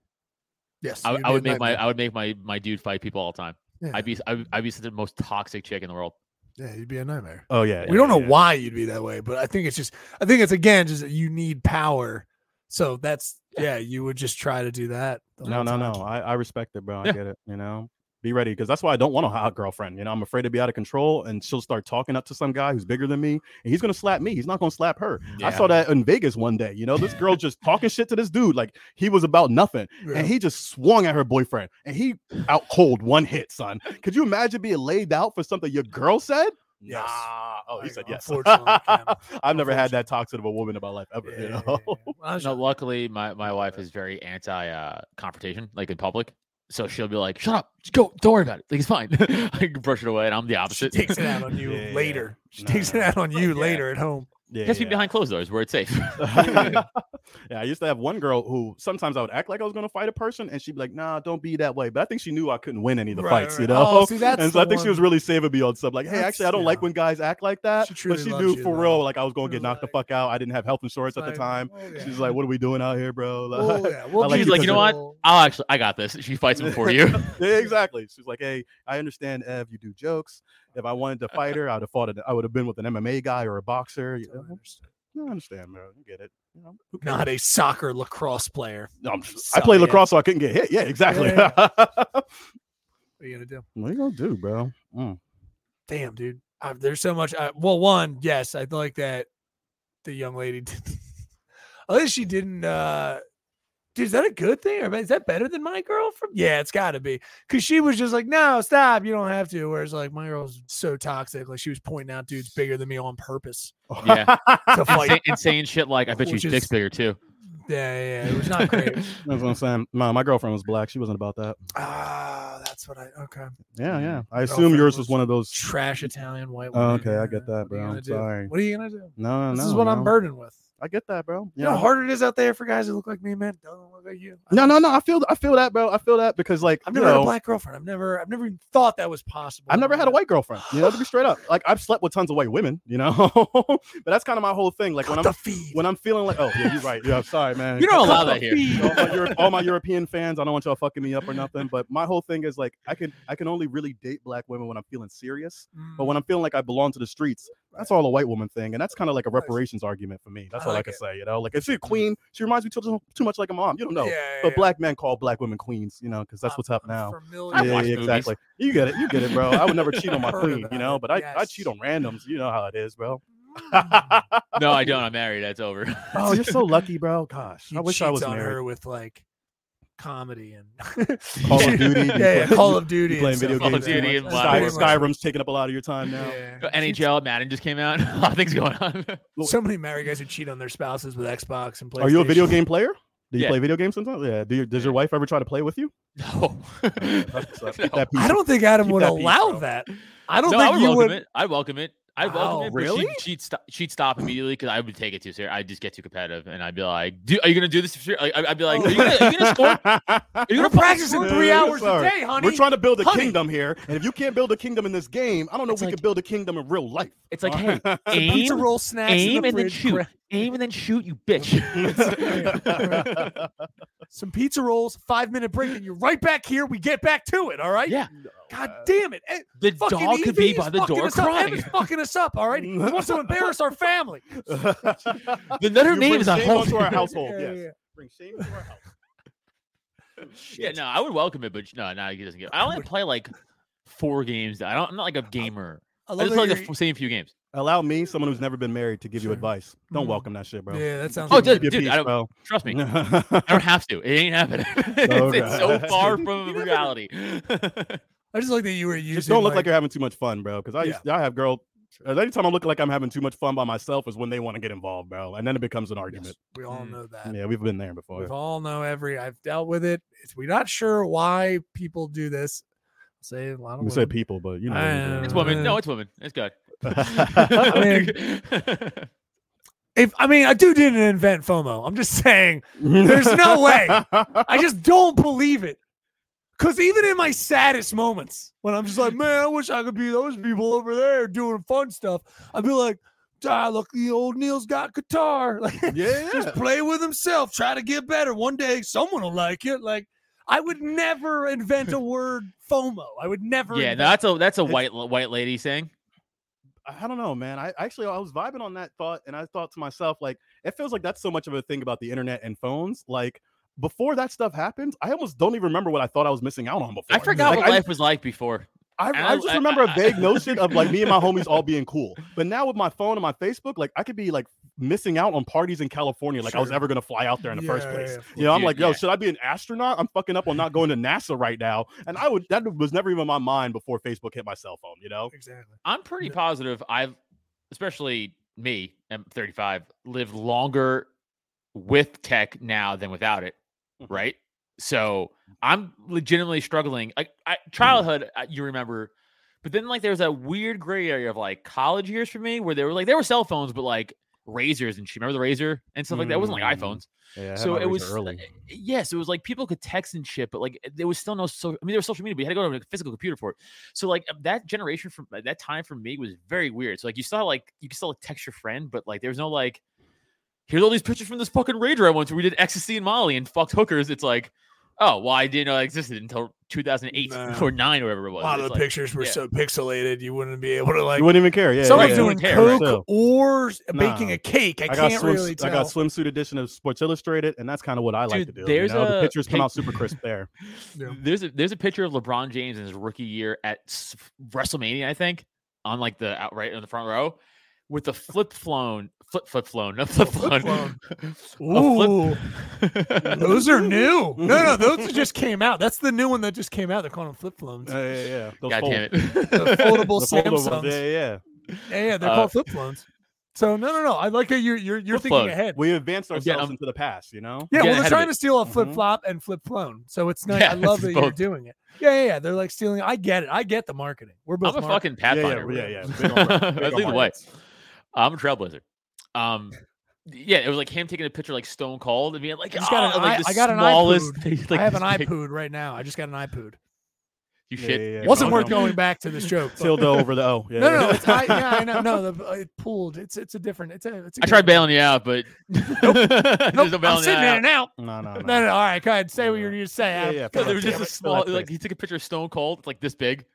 B: Yes,
F: I,
B: you'd
F: I
B: be a
F: would make my
B: nightmare.
F: I would make my my dude fight people all the time.
B: Yeah.
F: I'd be I would, I'd be such the most toxic chick in the world.
B: Yeah, you'd be a nightmare.
E: Oh yeah.
B: we don't know
E: why.
B: why you'd be that way, but I think it's just I think it's again just that you need power. So that's yeah, you would just try to do that. the
E: No,
B: whole
E: no, no.
B: time.
E: I, I respect it, bro. I
F: Yeah.
E: get it. You know, be ready because that's why I don't want a hot girlfriend. You know, I'm afraid to be out of control and she'll start talking up to some guy who's bigger than me and he's gonna slap me. He's not gonna slap her. I saw that in Vegas one day. You know, this girl just talking shit to this dude like he was about nothing
B: Yeah.
E: and he just swung at her boyfriend and he out cold one hit, son. Could you imagine being laid out for something your girl said?
B: Yes.
E: Nah. Oh, he
B: I-
E: said yes.
B: unfortunately, I can't.
E: I've never had that toxic of a woman in my life ever. You
B: Yeah,
E: know.
B: yeah, yeah.
F: No, luckily my, my wife is very anti uh, confrontation, like in public. So she'll be like, "Shut up, just go, don't worry about it. Like it's fine." I can brush it away, and I'm the
B: she
F: opposite.
B: takes it out on you
E: Yeah, yeah.
B: later. She
E: No,
B: takes
E: no,
B: it out on you
F: Yeah.
B: later at home.
E: Yeah,
F: Guess be
E: yeah.
F: behind closed doors where it's safe.
E: yeah, I used to have one girl who sometimes I would act like I was going to fight a person, and she'd be like, "Nah, don't be that way." But I think she knew I couldn't win any of the
B: Right,
E: fights,
B: right.
E: you know.
B: Oh, see, that's
E: and so I
B: the
E: think she was
B: one.
E: really saving me on stuff. Like, hey,
B: That's-
E: actually, I don't
B: yeah.
E: like when guys act like that.
B: She
E: but
B: truly
E: she
B: loves
E: knew
B: you,
E: for
B: though.
E: real, like I was
B: She
E: going
B: was
E: to get knocked the
B: like-
E: fuck out. I didn't have health insurance at the
B: Like,
E: time.
B: oh, yeah.
E: She's like, "What are we doing out here, bro?"
B: Oh, yeah, we'll
E: like
B: do
E: she's like,
B: this
E: "You know
F: what?
B: all-
F: I'll actually, I got this. She fights them for you.
E: Yeah, exactly. She's like, "Hey, I understand, Ev. You do jokes. If I wanted to fight her, I'd have fought. I would have been with an MMA guy or a boxer. You know, I understand, bro. You get it. You know, who cares?
B: Not a soccer lacrosse player.
E: No, I'm
B: Just
E: I play
B: suck it.
E: lacrosse, so I couldn't get hit. Yeah, exactly.
B: Yeah,
E: what
B: What are you gonna do?
E: you gonna do, bro? Mm.
B: Damn, dude. I, there's so much. I, well, one, yes, I like that the young lady. Did, at least she didn't. uh Dude, is that a good thing? Or is that better than my girl? From yeah, it's got to be because she was just like, no, stop, you don't have to. Whereas like my girl's so toxic, like she was pointing out dudes bigger than me on purpose
F: Yeah.
B: to fight.
F: Insane, insane shit. Like I bet you
B: Which
F: his
B: is-
F: dick's bigger too.
B: yeah, yeah, it was not great.
E: That's what I'm saying. My, my girlfriend was black. She wasn't about that.
B: Ah, that's what I okay.
E: Yeah,
F: Mm.
E: yeah. I assume
B: Girlfriend
E: yours was
B: was-
E: one of those.
B: Trash Italian white.
E: Oh,
B: woman.
E: okay, I get
B: Yeah,
E: that,
B: what are you
E: bro.
B: gonna
E: I'm
B: do?
E: sorry.
B: What are you gonna do?
E: No, no,
B: This
E: no.
B: is what I'm
E: no.
B: burdened with.
E: I get that, bro.
B: You
E: Yeah.
B: know how hard it is out there for guys that look like me, man. Don't look like you. I
E: No,
B: don't-
E: no, no. I feel, I feel that, bro. I feel that because, like,
B: I've
E: you
B: never had a
E: know,
B: black girlfriend. I've never, I've never even thought that was possible.
E: I've never had a
B: white.
E: white girlfriend. You know, to be straight up, like I've slept with tons of white women. You know, but that's kind of my whole thing. Like when I'm
B: the feed.
E: when I'm feeling like, oh yeah, you're right. Yeah, I'm sorry, man.
F: You don't allow that here.
E: all, my Euro- all my European fans, I don't want y'all fucking me up or nothing. But my whole thing is like, I can I can only really date black women when I'm feeling serious. But when I'm feeling like I belong to the streets, That's all a white woman thing, and that's kind of like a reparations argument for me. That's
B: I
E: all I
B: like
E: can
B: it.
E: say. You know, like if she's a queen, she reminds me too, too much like a mom. You don't know,
B: Yeah, yeah,
E: but
B: yeah.
E: black men call black women queens. You know, because that's
B: I'm-
E: what's up
B: I'm
E: now.
B: familiar
F: I've
E: Yeah,
F: watched
E: yeah,
F: movies.
E: exactly. You get it. You get it, bro. I would never cheat on my
B: Heard
E: queen,
B: about
E: you know,
B: it,
E: but I, I
B: yes.
E: cheat on randoms. You know how it is, bro.
B: Mm.
F: No, I don't. I'm married. That's over.
E: oh, you're so lucky, bro. Gosh,
B: He
E: I wish I
B: cheats
E: was
B: on
E: married.
B: her with like comedy and
E: Call of Duty, you
B: yeah,
E: play-
B: yeah, Call of Duty,
E: You playing
B: and
E: video
B: stuff
F: Call of
B: like
E: games.
B: that.
F: Duty
E: too
F: and
E: much.
B: That's
F: Black
E: Sky,
B: pretty
F: Ops.
B: much-
E: Skyrim's taking up a lot of your time now.
B: Yeah.
F: NHL, Madden just came out. A lot of things going on.
B: So many married guys who cheat on their spouses with Xbox and PlayStation.
E: Are you a video game player? Do you
F: Yeah.
E: play video games sometimes? Yeah. Do you, does your wife ever try to play with you?
F: No.
E: That's what's up. Keep
F: No.
E: that piece.
B: I don't think Adam
E: Keep
B: would
E: that peace,
B: allow
E: bro.
B: that. I don't
F: no, I
B: think
F: would
B: you
F: welcome
B: would.
F: it. I welcome it. I welcome
B: Wow,
F: it. but
B: really?
F: She'd, she'd stop. She'd stop immediately because I would take it too serious. I'd just get too competitive, and I'd be like, "Do are you gonna do this?" For sure? Like, I- I'd be like, "Are you gonna, are you gonna score? Are you
B: You're
F: gonna fucking
B: practicing
F: score?"
E: Yeah,
B: three
E: yeah,
B: hours a
E: sorry.
B: day, honey.
E: We're trying to build a
F: Honey.
E: kingdom here, and if you can't build a kingdom in this game, I don't know
F: It's
E: if we
F: like-
E: can build a kingdom in real life.
F: It's like, hey,
B: Pizza
F: aim,
B: roll snacks in
F: aim,
B: the
F: and then
B: fridge,
F: shoot,
B: gra-
F: aim, and then shoot, you bitch.
B: Some pizza rolls, five minute break, and you're right back here. We get back to it. All right.
F: Yeah.
B: God damn it. Eh,
F: The
B: fucking
F: dog could be
B: EV
F: by
B: is
F: the
B: fucking
F: door
B: us up.
F: crying.
B: Evan's fucking us up. All right. He wants to embarrass our family.
F: Another
E: You
F: name
E: bring
F: is a
E: shame
F: whole.
E: onto our household.
B: Yeah,
E: Yes.
B: yeah.
E: Bring shame into our house.
F: Yeah, no, I would welcome it, but sh- no, no, he doesn't get. I only play like four games. I don't. I'm not like a gamer.
B: I
F: I
B: love
F: just
B: that
F: play like
B: you're-
F: the f- same few games.
E: Allow me, someone who's never been married, to give
B: Sure.
E: you advice. Don't
B: Mm.
E: welcome that shit, bro.
B: Yeah, that sounds.
F: Oh,
B: like
F: dude,
E: Keep your
F: dude, I
E: peace, bro.
F: Trust me. I don't have to. It ain't happening. it's, it's so
E: Okay.
F: far from reality.
B: I just like that you were using.
E: Just don't look like, you're having too much fun, bro. Because I,
B: Yeah.
E: used I have girl. uh, Anytime I look like I'm having too much fun by myself is when they want to get involved, bro. And then it becomes an argument.
B: We all
F: Mm.
B: know that.
E: Yeah, we've been there before.
B: We've all know every. I've dealt with it. It's, we're not sure why people do this. Say a lot of
E: We
B: women.
E: said people, but you know.
B: I
E: what
B: know.
E: we
F: it's
E: do.
F: women. No, it's women. It's good.
B: if I mean, I do didn't invent FOMO. I'm just saying. There's no way. I just don't believe it. Cause even in my saddest moments, when I'm just like, man, I wish I could be those people over there doing fun stuff. I'd be like, ah, look, the old Neil's got guitar. Like,
E: Yeah.
B: just play with himself. Try to get better. One day, someone will like it. Like, I would never invent a word FOMO. I would never.
F: yeah,
B: invent-
F: no, that's a that's a
E: It's-
F: white la- white lady saying.
E: I don't know, man. I actually I was vibing on that thought, and I thought to myself, like, it feels like that's so much of a thing about the internet and phones. Like before that stuff happened, I almost don't even remember what I thought I was missing out on before.
F: I forgot
E: Like,
F: what
E: I-
F: life was like before.
E: I,
F: And
E: I
F: I-
E: just
F: I-
E: remember
F: I-
E: a vague notion of like me and my homies all being cool. But now with my phone and my Facebook, like I could be like missing out on parties in California. Like I was
B: Sure.
E: ever gonna fly out there in the first
B: Yeah,
E: place.
B: yeah,
E: You know, I'm
F: Dude,
E: like, yo,
F: yeah.
E: should I be an astronaut? I'm fucking up on not going to NASA right now. And I would that was never even in my mind before Facebook hit my cell phone. You know,
B: Exactly.
F: I'm pretty
B: No.
F: positive I've, especially me, I'm 35, lived longer with tech now than without it,
E: Mhm.
F: right? So I'm legitimately struggling. Like I, childhood, uh you remember, but then like there was that weird gray area of like college years for me where they were like there were cell phones, but like razors and she remember the razor and stuff like that. It wasn't like
E: Mm.
F: iPhones.
E: yeah.
F: so it was yes, it was like people could text and shit, but like eh, there was still no so. I mean, there was social media, but you had to go to a physical computer for it. So like uh, that generation from uh, that time for me was very weird. So like you saw like you could still like, text your friend, but like there was no like. Here's all these pictures from this fucking rager I went to. We did ecstasy and Molly and fucked hookers. It's like, oh, well, I didn't know that existed until 2008
B: Nah.
F: or nine or whatever it
B: A
F: was.
B: lot of
F: It's
B: the
F: like,
B: pictures were
F: yeah.
B: so pixelated, you wouldn't be able to like.
E: you wouldn't even care. Yeah,
B: Someone's
E: yeah.
B: doing
F: care,
E: right?
B: coke
E: So-
B: or s- baking
E: Nah.
B: a cake. I,
E: I got,
B: can't
E: swim-
B: really tell.
E: I got swimsuit edition of Sports Illustrated, and that's kind of what I like
F: Dude,
E: to do. You
F: there's
E: know?
F: a
E: the pictures come
F: pic-
E: out super crisp there.
B: Yeah.
F: There's a there's a picture of LeBron James in his rookie year at s- WrestleMania, I think, on like the out right on the front row, with the flip flown flip flip flown a
B: Oh,
F: flip flown.
B: Ooh,
F: flip-
B: those are new. No, no, those just came out. That's the new one that just came out. They're calling them flip phones.
E: Yeah, yeah, yeah. Those
F: God
E: fold-
F: damn
B: The
F: it!
B: foldable
E: Uh, the foldable ones,
B: Samsungs.
E: Yeah, yeah.
B: Yeah, yeah, they're
F: Uh,
B: called flip phones. So no, no, no. I like that you're you're you're
F: Flip
B: thinking
F: phone.
B: ahead.
E: We advanced
F: Again,
E: ourselves
F: I'm-
E: into the past, you know.
B: yeah, well,
F: get ahead
B: they're
F: of
B: trying
F: it.
B: to steal a flip
E: Mhm.
B: flop and flip phone. So it's nice.
F: Yeah,
B: I love
F: this
B: that
F: is
B: you're
F: both.
B: doing it. Yeah, yeah, yeah. They're like stealing. I get it. I get the marketing. We're both.
F: I'm a
B: market-
F: fucking pathfinder.
E: yeah, yeah,
F: bro.
E: yeah. Big on mar- big
F: That's
E: on
F: either way. I'm a trailblazer. Um, yeah, it was like him taking a picture like Stone Cold and being like,
B: just got
F: "Ah,"
B: an
F: like,
B: eye-
F: the
B: I got an eye
F: smallest.
B: pood.
F: thing, like
B: I have
F: this
B: an
F: big-
B: iPood right now. I just got an iPood.
F: You
E: Yeah,
F: shit.
E: yeah, yeah.
B: Wasn't
E: Calm
B: worth
E: down.
B: going back to this joke. but-
E: Tilde over the O. Yeah,
B: No,
E: yeah.
B: no, no, it's, I, yeah, I know. No, the, uh, it pooled. It's it's a different. It's a. It's a
F: I
B: good-
F: tried bailing you out, but
B: Nope,
F: there's no
B: I'm
F: bailing you
B: sitting in
F: out.
B: and out.
E: no, no,
B: No,
E: no.
B: no. All right, go ahead. Say what
E: Yeah.
B: you were going to say.
E: Yeah,
B: Adam.
E: yeah,
F: No,
E: fair
F: there was
E: enough.
F: just a
E: Damn it.
F: small,
E: Relax,
F: like
E: please.
F: he took a picture of Stone Cold, it's like this big,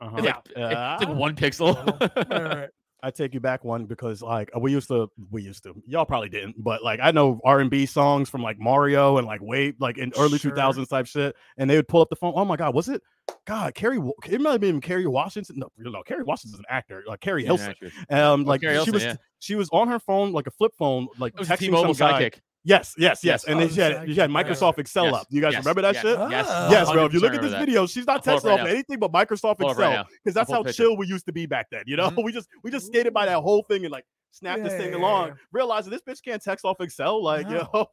E: Uh-huh.
F: it's like, it's like one
B: All
F: pixel.
B: right.
E: I take you back one because like we used to we used to y'all probably didn't but like I know R and B songs from like Mario and like Wave like in early two
B: Sure.
E: thousands type shit and they would pull up the phone oh my god was it God Carrie Wa- it might have been Carrie Washington no no Carrie Washington's an actor like Carrie
F: He's an
E: Hilson
F: actress.
E: um like she
F: Carrie Hilson,
E: was
F: yeah.
E: she was on her phone like a flip phone like
F: It was a
E: texting
F: T-Mobile
E: some guy.
F: sidekick.
E: yes yes yes
F: Yes.
E: and
B: Oh,
E: then
B: the
E: she had she had
B: sidekick, right, right,
E: Microsoft Excel
F: Yes,
E: up you guys
F: yes,
E: remember that
F: yes,
E: shit
F: Yes.
B: Oh.
E: Yes, bro. If you look at this
F: 100% remember that.
E: video, she's not
F: I'll pull it
E: texting
F: right
E: off
F: now.
E: anything but Microsoft
F: Pull it right
E: Excel
F: now.
E: because that's
F: The whole
E: how
F: picture.
E: chill we used to be back then. You know, we just we just skated by that whole thing and like snapped this
B: Yeah,
E: thing
B: yeah,
E: along,
B: yeah.
E: realizing this bitch can't text off Excel. Like,
B: No.
E: yo,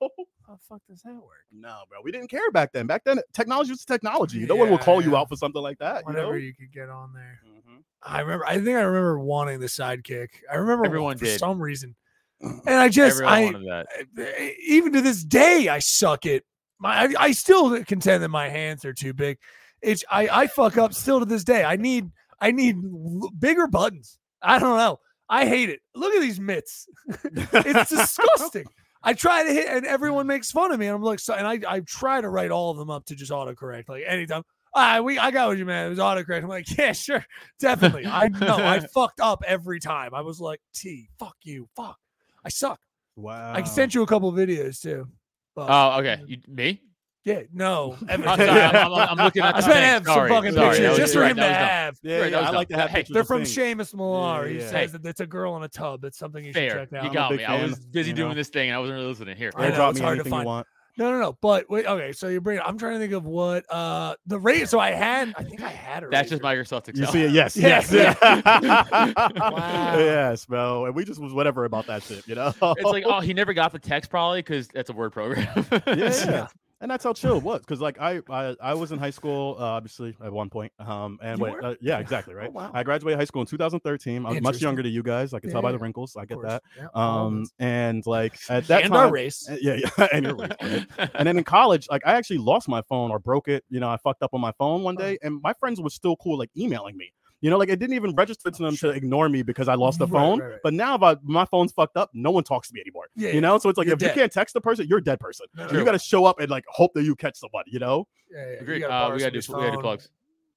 B: How the fuck does that work?
E: no, bro. We didn't care back then. Back then, technology was technology. No one will
B: Yeah,
E: call you
B: yeah.
E: out for something like that.
B: Whatever
E: You Mm-hmm.
B: you could get on there.
E: know?
B: I remember. I think I remember wanting the sidekick. I remember
F: Everyone
B: for
F: did.
B: some reason, and I just
F: Everyone
B: I
F: wanted that.
B: I- eh, even to this day, I suck it. My, I, I still contend that my hands are too big. It's I, I fuck up still to this day. I need, I need l- bigger buttons. I don't know. I hate it. Look at these mitts. It's disgusting. I try to hit, and everyone makes fun of me. And I'm like, so, and I, I try to write all of them up to just autocorrect. Like anytime, I we, I got what you man. It was autocorrect. I'm like, yeah, sure, definitely. I know I fucked up every time. I was like, T, fuck you, fuck. I suck.
E: Wow.
B: I sent you a couple videos too. But
F: Oh, okay. You, me?
B: yeah, no.
F: I'm
B: Evan.
F: sorry. I'm, I'm- I'm looking at.
B: I
F: the
B: spent to
F: thing.
B: have
F: Sorry,
B: some fucking
F: sorry. That
B: pictures
F: was-
B: just for
F: you're right,
B: him to
F: that was dumb.
B: have.
E: Yeah,
F: Right,
E: yeah,
F: that was
E: I like to
F: dumb.
E: have
F: Hey,
E: pictures
B: They're
E: of
B: from
E: things.
B: Seamus Millar. He
E: yeah.
B: says that that's a girl in a tub. That's something you should
F: Fair.
B: check out.
F: You
E: a
F: got
E: big
F: me. I was
E: fan,
F: busy
E: you know.
F: doing this thing and I wasn't really listening. Here.
B: I know,
E: Airdrop
B: it's
E: me
B: hard to
E: anything you
B: find.
E: want.
B: No, no, no. But wait, okay. So you bring it. I'm trying to think of what uh the rate. So I had, I think I had her.
F: That's just Microsoft Excel.
E: You see it? Yes.
B: Yes.
E: Yes.
B: Wow.
E: Yes, bro. And we just was whatever about that shit, you know?
F: It's like, oh, he never got the text probably because that's a word program.
E: yeah,
B: Yeah.
E: yeah. and that's how chill it was because like I, I i was in high school uh, obviously at one point um and
B: You
E: wait,
B: were? Oh,
E: uh, yeah exactly right
B: wow.
E: i graduated high school in 2013 i was much
B: Interesting.
E: younger to you guys i can
B: Yeah,
E: tell by
B: yeah,
E: the
B: yeah.
E: wrinkles i
B: Of
E: get
B: course.
E: that
B: Yeah, all of
E: um
B: it.
E: and like at that
B: and our
E: time
B: race.
E: uh, yeah yeah and, your race, right? and then in college like i actually lost my phone or broke it you know i fucked up on my phone one day and my friends were still cool like emailing me you know, like it didn't even register to them to ignore me because I lost the
B: Right,
E: phone.
B: right, right.
E: But now, if I, my phone's fucked up, no one talks to me anymore.
B: Yeah, yeah.
E: you know, so it's like
B: You're
E: if
B: dead.
E: you can't text the person, you're a dead person.
B: No, no,
E: You
B: no.
E: got to show up and like hope that you catch somebody, you know?
B: Yeah, yeah, you
F: Agreed.
B: gotta
F: Uh,
B: borrow
F: we gotta do
B: somebody's
F: we gotta
B: phone,
F: do plugs.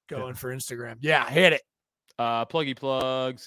B: Going for Instagram. Yeah, hit it.
F: Uh, pluggy plugs.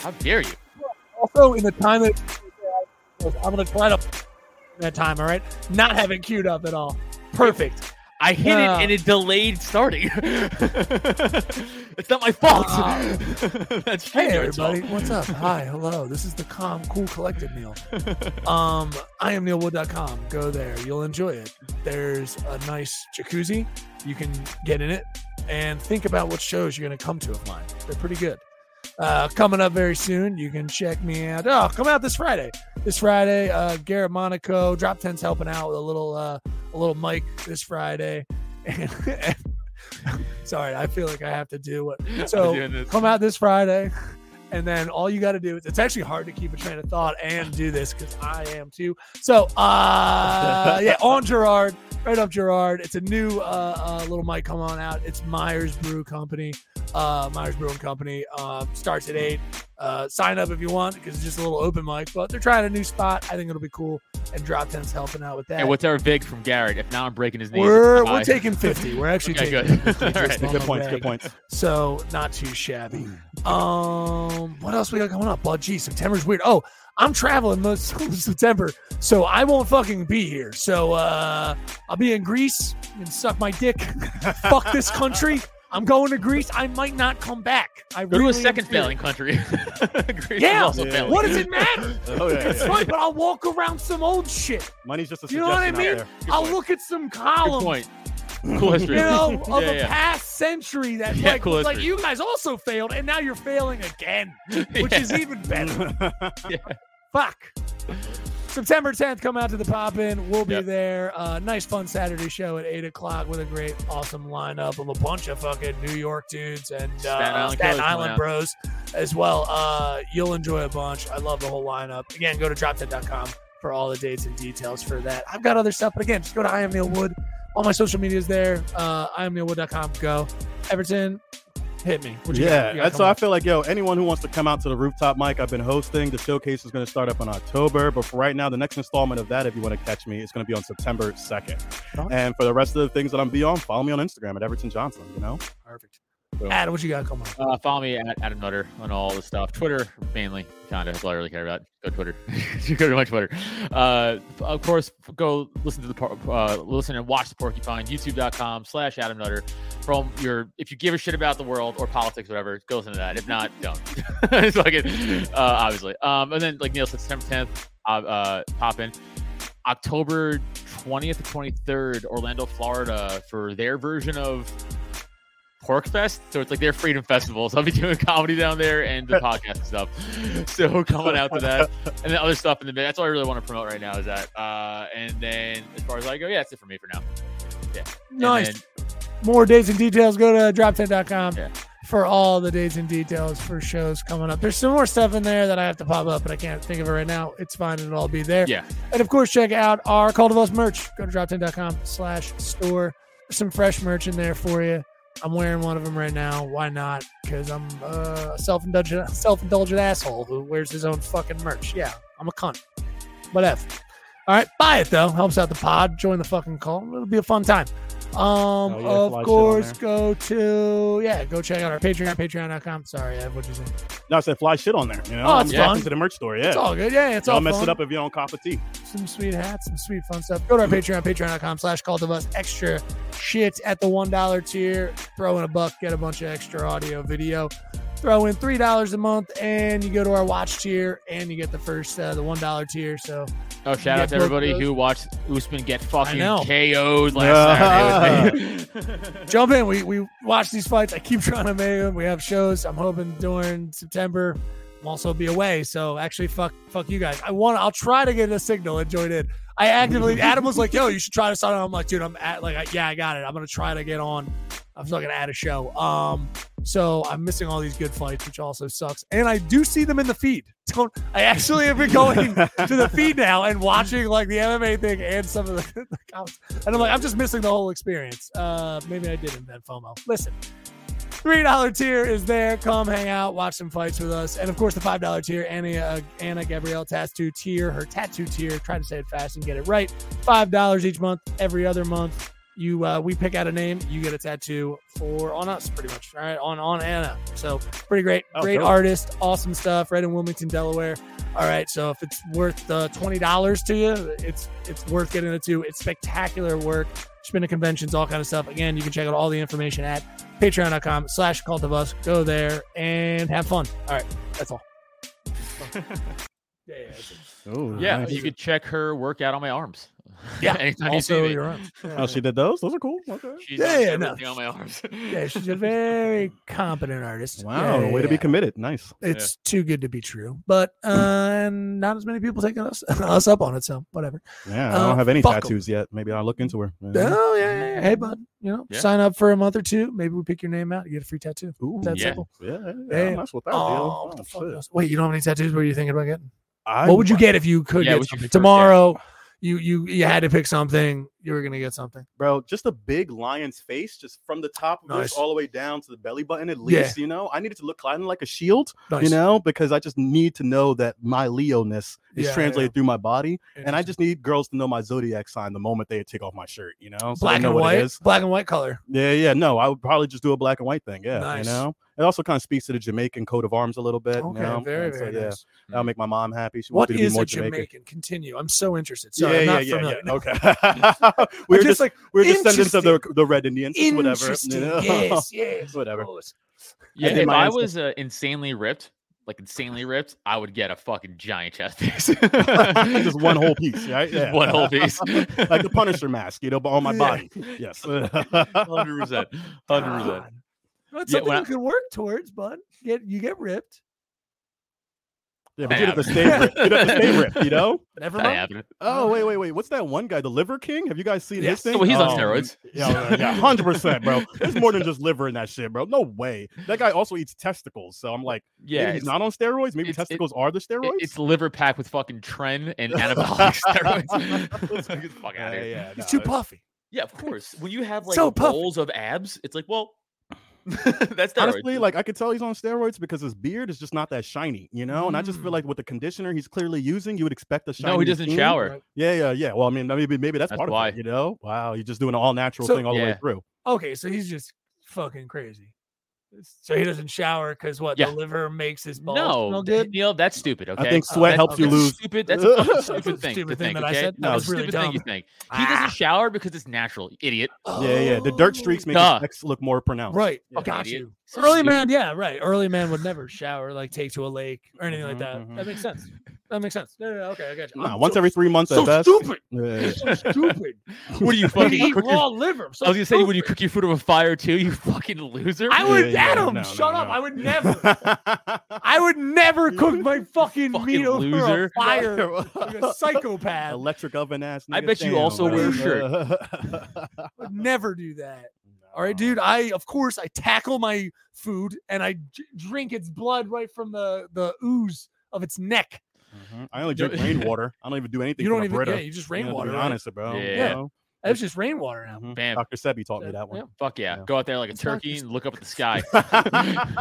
F: How dare you?
B: Also, in the time that I'm gonna try to that time, all right? Not have it queued up at all. Perfect.
F: I hit
B: Yeah.
F: it and it delayed starting. it's not my fault.
B: Wow.
F: That's
B: Hey
F: January's fault.
B: everybody, what's up? Hi, hello. This is the calm, cool, collected Neil. Um, I am neilwood.com. Go there, you'll enjoy it. There's a nice jacuzzi. You can get in it and think about what shows you're gonna come to of mine. They're pretty good. Uh, coming up very soon, you can check me out. Oh, come out this Friday. This Friday, uh, Garrett Monaco, Drop Ten's helping out with a little uh, a little mic this Friday. sorry, I feel like I have to do what
F: I'm
B: so,
F: doing this.
B: come out this Friday. And then all you got to do is it's actually hard to keep a train of thought and do this because I am too. So, uh, yeah, on Gerard, right up Gerard. It's a new uh, uh, little mic. Come on out. It's Myers Brew Company, uh, Myers Brewing Company. Um, starts at eight. Uh, sign up if you want because it's just a little open mic. But they're trying a new spot. I think it'll be cool. And Drop Ten's helping out with that.
F: And what's our vig from Garrett? If now I'm breaking his knees.
B: we're
F: it's
B: we're
F: bye.
B: taking fifty. We're actually
F: Okay,
B: taking
F: good.
B: 50
F: All
B: just
F: right.
B: on
E: Good
B: the
E: points. Good
B: reg.
E: points.
B: So not too shabby. Um, what else we got going up? Well, gee, September's weird. Oh, I'm traveling most of September, so I won't fucking be here. So uh I'll be in Greece and suck my dick. Fuck this country. I'm going to Greece. I might not come back. I
F: Go
B: really
F: to
B: am
F: a second
B: serious.
F: failing country. Greece is
B: Yeah.
F: also failing.
B: What does it matter?
E: Oh, yeah,
B: That's
E: yeah.
B: right, but I'll walk around some old shit.
E: Money's just a
B: You know
E: suggestion
B: what I mean?
E: out there.
B: I'll look at some
F: Good
B: columns,
F: point. Cool history.
B: you know,
F: yeah,
B: of
F: yeah.
B: a past century that
F: Yeah,
B: like,
F: cool
B: was like
F: history.
B: you guys also failed, and now you're failing again, which
F: Yeah.
B: is even better. Fuck. September 10th, come out to the pop in. We'll be
F: Yep.
B: there. Uh, nice, fun Saturday show at 8 o'clock with a great, awesome lineup of a bunch of fucking New York dudes and uh,
F: Staten Island
B: Staten
F: Killers coming
B: Island
F: out.
B: bros as well. Uh, you'll enjoy a bunch. I love the whole lineup. Again, go to dropdead.com for all the dates and details for that. I've got other stuff, but again, just go to I am Neil Wood. All my social media is there. Uh, I am neilwood.com. Go. Everton, hit me. What you got?
E: yeah,
B: You got
E: and so
B: coming
E: I
B: up?
E: feel like, yo, anyone who wants to come out to the rooftop mic, I've been hosting. The showcase is going to start up in October, but for right now, the next installment of that, if you want to catch me, it's going to be on September 2nd.
B: Nice.
E: And for the rest of the things that I'm beyond, follow me on Instagram at Everton Johnson, you know?
B: Perfect. Adam, what you got coming up?
F: Uh, follow me at Adam Nutter on all the stuff. Twitter mainly, kind of. That's all I really care about. Go Twitter. go to my Twitter. Uh, f- of course, f- go listen to the por- uh, listen and watch the Porcupine. YouTube.com slash Adam Nutter. From your, if you give a shit about the world or politics, whatever, go listen to that. If not, don't. it's fucking uh, obviously. Um, and then like Neil said, September 10th, uh, uh, pop in. October 20th to 23rd, Orlando, Florida, for their version of Pork Fest. So it's like their Freedom Festival. So I'll be doing comedy down there and the podcast and stuff. So coming out to that and then other stuff in the mid. That's all I really want to promote right now is that. Uh, and then as far as I go, yeah, that's it for me for now. And
B: Nice.
F: then-
B: more dates and details, go to drop10.com
F: Yeah.
B: for all the dates and details for shows coming up. There's some more stuff in there that I have to pop up, but I can't think of it right now. It's fine. It'll all be there.
F: yeah.
B: And of course, check out our Call to Us merch. Go to drop10.com slash store. There's some fresh merch in there for you. I'm wearing one of them right now. Why not? Because I'm uh, a self-indulgent, self-indulgent asshole who wears his own fucking merch. Yeah, I'm a cunt. Whatever. All right, buy it though. Helps out the pod. Join the fucking call. It'll be a fun time. Um,
E: yeah, there's a lot of shit
B: of
E: on
B: course,
E: there.
B: go to yeah, go check out our Patreon, Patreon.com. Sorry, Ev, what'd you say?
E: No, I said fly shit on there, you know?
B: Oh, it's
E: I'm talking
B: fun.
E: to the merch store, yeah.
B: It's all good. Yeah, it's
E: Y'all
B: all
E: mess
B: fun.
E: it up if you don't cop a tea.
B: some sweet hats, some sweet fun stuff. Go to our Patreon, patreon.com slash call to us extra shit at the one dollar tier. Throw in a buck, get a bunch of extra audio video. Throw in three dollars a month, and you go to our watch tier, and you get the first uh, the one dollar tier. So
F: Oh, shout
B: Yeah,
F: out to
B: both
F: everybody
B: those.
F: who watched Usman get fucking
B: know.
F: KO'd last Saturday. with me.
B: jump in. We we watch these fights. I keep trying to make them. We have shows. I'm hoping during September. I'll also be away. So actually, fuck fuck you guys. I want. I'll try to get a signal and join in. I actively. Adam was like, "Yo, you should try to sign on." I'm like, "Dude, I'm at like, I, yeah, I got it. I'm gonna try to get on. I'm not gonna add a show." Um, so I'm missing all these good fights, which also sucks. And I do see them in the feed. Don't I actually have been going to the feed now and watching like the MMA thing and some of the, the comments. And I'm like, I'm just missing the whole experience. Uh, maybe I did invent FOMO. Listen, three dollar tier is there. Come hang out, watch some fights with us, and of course the five dollar tier. Anna uh, Anna Gabrielle tattoo tier, her tattoo tier. Try to say it fast and get it right. Five dollars each month, every other month. You uh, we pick out a name, you get a tattoo for on us, pretty much. All right, on on Anna. So pretty great,
E: Oh,
B: great
E: dope.
B: artist, awesome stuff. Right in Wilmington, Delaware. All right, so if it's worth uh, twenty dollars to you, it's it's worth getting it to. It's spectacular work. She's been to conventions, all kind of stuff. Again, you can check out all the information at patreon.com slash cult of us. Go there and have fun. All right, that's all. yeah, yeah, that's it.
E: Oh,
F: yeah,
E: nice.
F: you could check her work out on my arms.
B: Yeah,
F: Anytime
B: also
F: you see me.
B: your arms. Yeah,
E: Oh, she did those? Those are cool. Okay.
F: She's
B: Yeah,
F: done
B: yeah, no.
F: everything on my arms.
B: yeah, she's a very competent artist.
E: Wow,
B: Yeah,
E: way to
B: yeah,
E: be committed. Nice.
B: yeah. It's too good to be true, but uh, not as many people taking us us up on it. So whatever.
E: Yeah,
B: Uh,
E: I don't have any
B: fuck 'em.
E: tattoos yet. Maybe I'll look into her. Yeah.
B: Oh yeah, yeah, yeah. hey bud, you know,
F: Yeah.
B: sign up for a month or two. Maybe we pick your name out. You get a free tattoo.
E: Ooh,
B: That's
F: Yeah.
B: simple.
E: yeah, yeah,
B: Yeah.
E: I'm nice with that
B: Oh,
E: deal.
B: what
E: Oh,
B: the fuck
E: shit.
B: else? Wait, you don't have any tattoos? What are you thinking about getting?
E: I-
B: what would you get if you could
F: Yeah,
B: get
F: what's your
B: something
F: first- yeah.
B: tomorrow? You you you had to pick something. You were gonna get something.
E: bro? Just a big lion's face, just from the top of
B: Nice.
E: this all the way down to the belly button. At
B: Yeah.
E: least, you know, I need it to look kind of like a shield,
B: Nice.
E: you know, because I just need to know that my Leo ness is
B: Yeah,
E: translated through my body, and I
B: Interesting.
E: just need girls to know my zodiac sign the moment they take off my shirt, you know, so they
B: black
E: know
B: and
E: what
B: white,
E: it is.
B: black and white color.
E: Yeah, yeah, no, I would probably just do a black and white thing. Yeah,
B: Nice.
E: you know, it also kind of speaks to the Jamaican coat of arms a little bit.
B: Okay,
E: you know?
B: very
E: and so,
B: very
E: yeah,
B: nice.
E: That'll make my mom happy. She
B: What
E: wants me to
B: is
E: be more
B: a Jamaican? Continue. I'm so interested. Sorry,
E: yeah,
B: I'm not
E: yeah, yeah,
B: familiar.
E: yeah. Okay. we were
B: just
E: just
B: like,
E: like we were descendants of the,
B: interesting.
E: the Red Indians, whatever.
B: Interesting.
E: Yeah.
B: Yes, yes. Oh, of
E: Whatever.
B: course.
F: Yeah,
E: did
F: if
E: my
F: I
E: answer.
F: was uh, insanely ripped, like insanely ripped, I would get a fucking giant chest piece. just
E: just one whole piece, right?
F: Just
E: Yeah.
F: one whole piece.
E: like the Punisher mask, you know, but on my
B: Yeah.
E: body. Yes.
F: Hundred percent. Hundred percent.
B: God. That's
F: Yeah,
B: something
F: when
B: you
F: I-
B: could work towards, bud. Get you get ripped.
E: Yeah,
F: That
E: but you'd have the
F: happened.
E: stay ripped. You'd have the stay ripped, you know?
B: Never
F: That
B: mind.
F: happened.
E: Oh, wait, wait, wait. What's that one guy, the Liver King? Have you guys seen
B: Yes.
E: his thing?
F: Well, he's on
E: Oh,
F: steroids.
E: Yeah, yeah, hundred percent, bro. There's more than just liver in that shit, bro. No way. That guy also eats testicles, so I'm like,
F: Yeah,
E: maybe he's not on steroids. Maybe
F: it's- it-
E: testicles are the steroids.
F: It- it's liver packed with fucking tren and anabolic steroids. Let's get the fuck
E: yeah,
F: out of here. Yeah.
E: yeah,
B: He's
E: no,
B: too puffy.
F: of course. When you have like
B: So puffy.
F: bowls of abs, it's like, well, that's steroids.
E: Honestly, like I could tell he's on steroids because his beard is just not that shiny, you know. And I just feel like with the conditioner he's clearly using, you would expect a shiny.
F: no, he doesn't
E: sheen.
F: shower.
E: Yeah, yeah, yeah. Well, I mean, maybe maybe that's,
F: That's
E: part
F: why.
E: of it, you know. Wow, you're just doing an all natural
B: So-
E: thing all the
F: Yeah.
E: way through.
B: Okay, so he's just fucking crazy. So he doesn't shower because what
F: Yeah.
B: the liver makes his balls smell
F: No,
B: good.
F: Neil, that's stupid. Okay,
E: I think
B: Oh,
E: sweat
B: that-
E: helps you
B: okay.
E: lose.
F: stupid. That's a fucking
E: That's
F: stupid
B: a
F: thing
B: stupid
F: to
B: thing
F: think.
B: that I
F: okay?
B: said. That
F: No,
B: was really
F: stupid thing you
B: dumb. Ah.
F: think. He doesn't shower because it's natural, you idiot.
E: Yeah, yeah. The
B: Oh.
E: dirt streaks make
F: Duh.
E: his sex look more pronounced.
B: Right. Oh,
E: Yeah.
F: Fucking
B: Got
F: idiot.
B: you.
F: So
B: Early
F: stupid.
B: man, yeah, right. Early man would never shower, like take to a lake or anything like
E: Mhm,
B: that.
E: mhm.
B: That makes sense. That makes sense. No, no, no, okay, I got you.
E: Nah,
B: I'm
E: once
B: so,
E: every three months
B: so
E: at best.
B: stupid.
E: Yeah, yeah, yeah.
B: stupid.
F: What are
B: Fucking
F: you fucking?
B: eat
F: cook your-
B: raw liver. I'm so
F: I was gonna say, would you
B: stupid.
F: cook your food over fire too? You fucking loser.
B: I would,
E: Yeah, yeah,
B: Adam,
E: no, no,
B: shut up.
E: no.
B: I would never. I would never cook my fucking,
F: Fucking
B: meat over
F: loser.
B: a fire. like a psychopath.
E: Electric oven ass.
F: I
E: nigga,
F: bet you
E: damn,
F: also
E: bro.
B: wear a
E: shirt.
B: would never do that. All right, dude. I of course I tackle my food and I j- drink its blood right from the the ooze of its neck.
E: Mm-hmm. I only drink rainwater. I don't even do anything.
B: you don't
E: from
B: even
E: a Brita.
B: yeah, you just
E: You know,
B: rainwater.
E: To be
B: right?
E: honest, bro. you
F: Yeah.
E: know?
B: That's just rainwater now.
E: Mhm.
F: Bam.
E: Dr. Sebi taught me that one.
B: Yeah.
F: Fuck yeah.
E: Yeah.
F: Go out there like a
B: not
F: turkey and look up at the sky.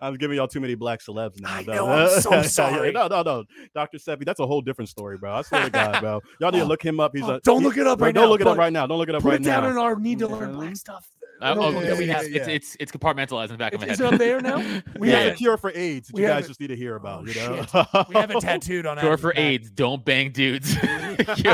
E: I'm giving y'all too many black celebs now.
B: I
E: though.
B: know, I'm so
E: Yeah, yeah,
B: sorry.
E: no, no, no. Dr. Sebi, that's a whole different story, bro. I swear to God, bro. Y'all need to look him up. He's
B: Oh,
E: a
B: don't
E: he-
B: look it up
E: Wait,
B: right
E: don't
B: now,
E: look it up
B: but
E: right now. Don't look it up
B: Put
E: right
B: it down
E: now.
B: in our need to learn
E: Mhm.
B: black stuff.
F: Uh,
B: notebook
F: oh,
B: that we
E: yeah,
B: have.
E: yeah,
F: It's, it's it's compartmentalized in the back of my
B: It's-
F: head.
B: it's up there now? We
E: We
F: yeah.
E: have a cure for AIDS.
B: We
E: you
B: have
E: guys
B: it.
E: just need to hear about.
B: Oh,
E: you know?
B: We have it tattooed on.
F: Cure
B: Adam's
F: for
B: back.
F: AIDS. Don't bang dudes. Cure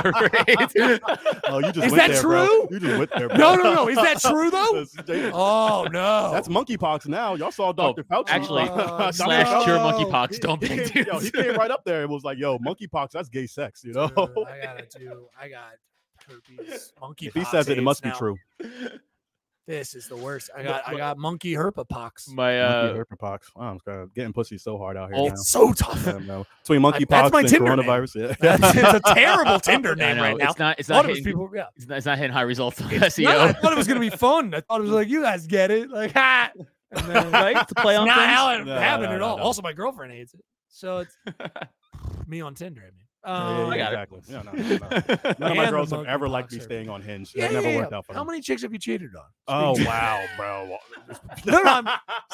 F: for AIDS.
E: oh, you just
B: Is
E: went
B: that
E: there, bro.
B: true?
E: You just went there, bro.
B: No, no, no. Is that true though?
E: That's- they-
B: oh no.
E: That's monkeypox now. Y'all saw Dr. Fauci.
F: actually,
E: Dr.
F: slash cure
E: Fauci.
F: monkeypox, don't
E: he,
F: bang
E: came, yo,
F: dudes.
E: he came right up there and was like, yo, monkeypox, that's gay sex, you know?
B: Dude, I gotta do. I got herpes. Monkey.
E: if he says it, it must be true.
B: This is the worst. I got. I got monkey herpa pox.
F: My
E: Monkey
F: uh,
E: herpes. Oh, I'm sorry. Getting pussy so hard out here
F: Oh.
B: It's so tough.
E: now. I don't know. Between monkeypox
B: that's my
E: and
B: Tinder name.
E: coronavirus. Yeah.
B: That's- it's a terrible Tinder
F: I
B: name
F: know,
B: right now.
F: It's not. It's
B: I thought
F: not
B: it was
F: hitting.
B: people. Yeah.
F: It's not, it's not hitting high results on E
B: No, I
F: SEO.
B: thought it was gonna be fun. I thought it was like you guys get it. Like ha. And then, right?
F: To play
B: It's
F: on
B: not
F: things?
B: how it
E: No,
B: happened
E: no,
B: at
E: no,
B: all.
E: no.
B: Also, my girlfriend hates it. So it's me on Tinder. I mean.
E: Yeah, yeah,
B: Um,
E: yeah,
F: I got it.
E: exactly. Yeah, no, no,
B: And
E: no. None of my
B: the
E: girls have ever liked
B: monkeypox
E: me
B: herpes.
E: staying on Hinge.
B: Yeah,
E: It never
B: yeah,
E: worked
B: yeah.
E: out for
B: How
E: them.
B: many chicks have you cheated on?
E: Oh, wow, bro.
B: No, no, I'm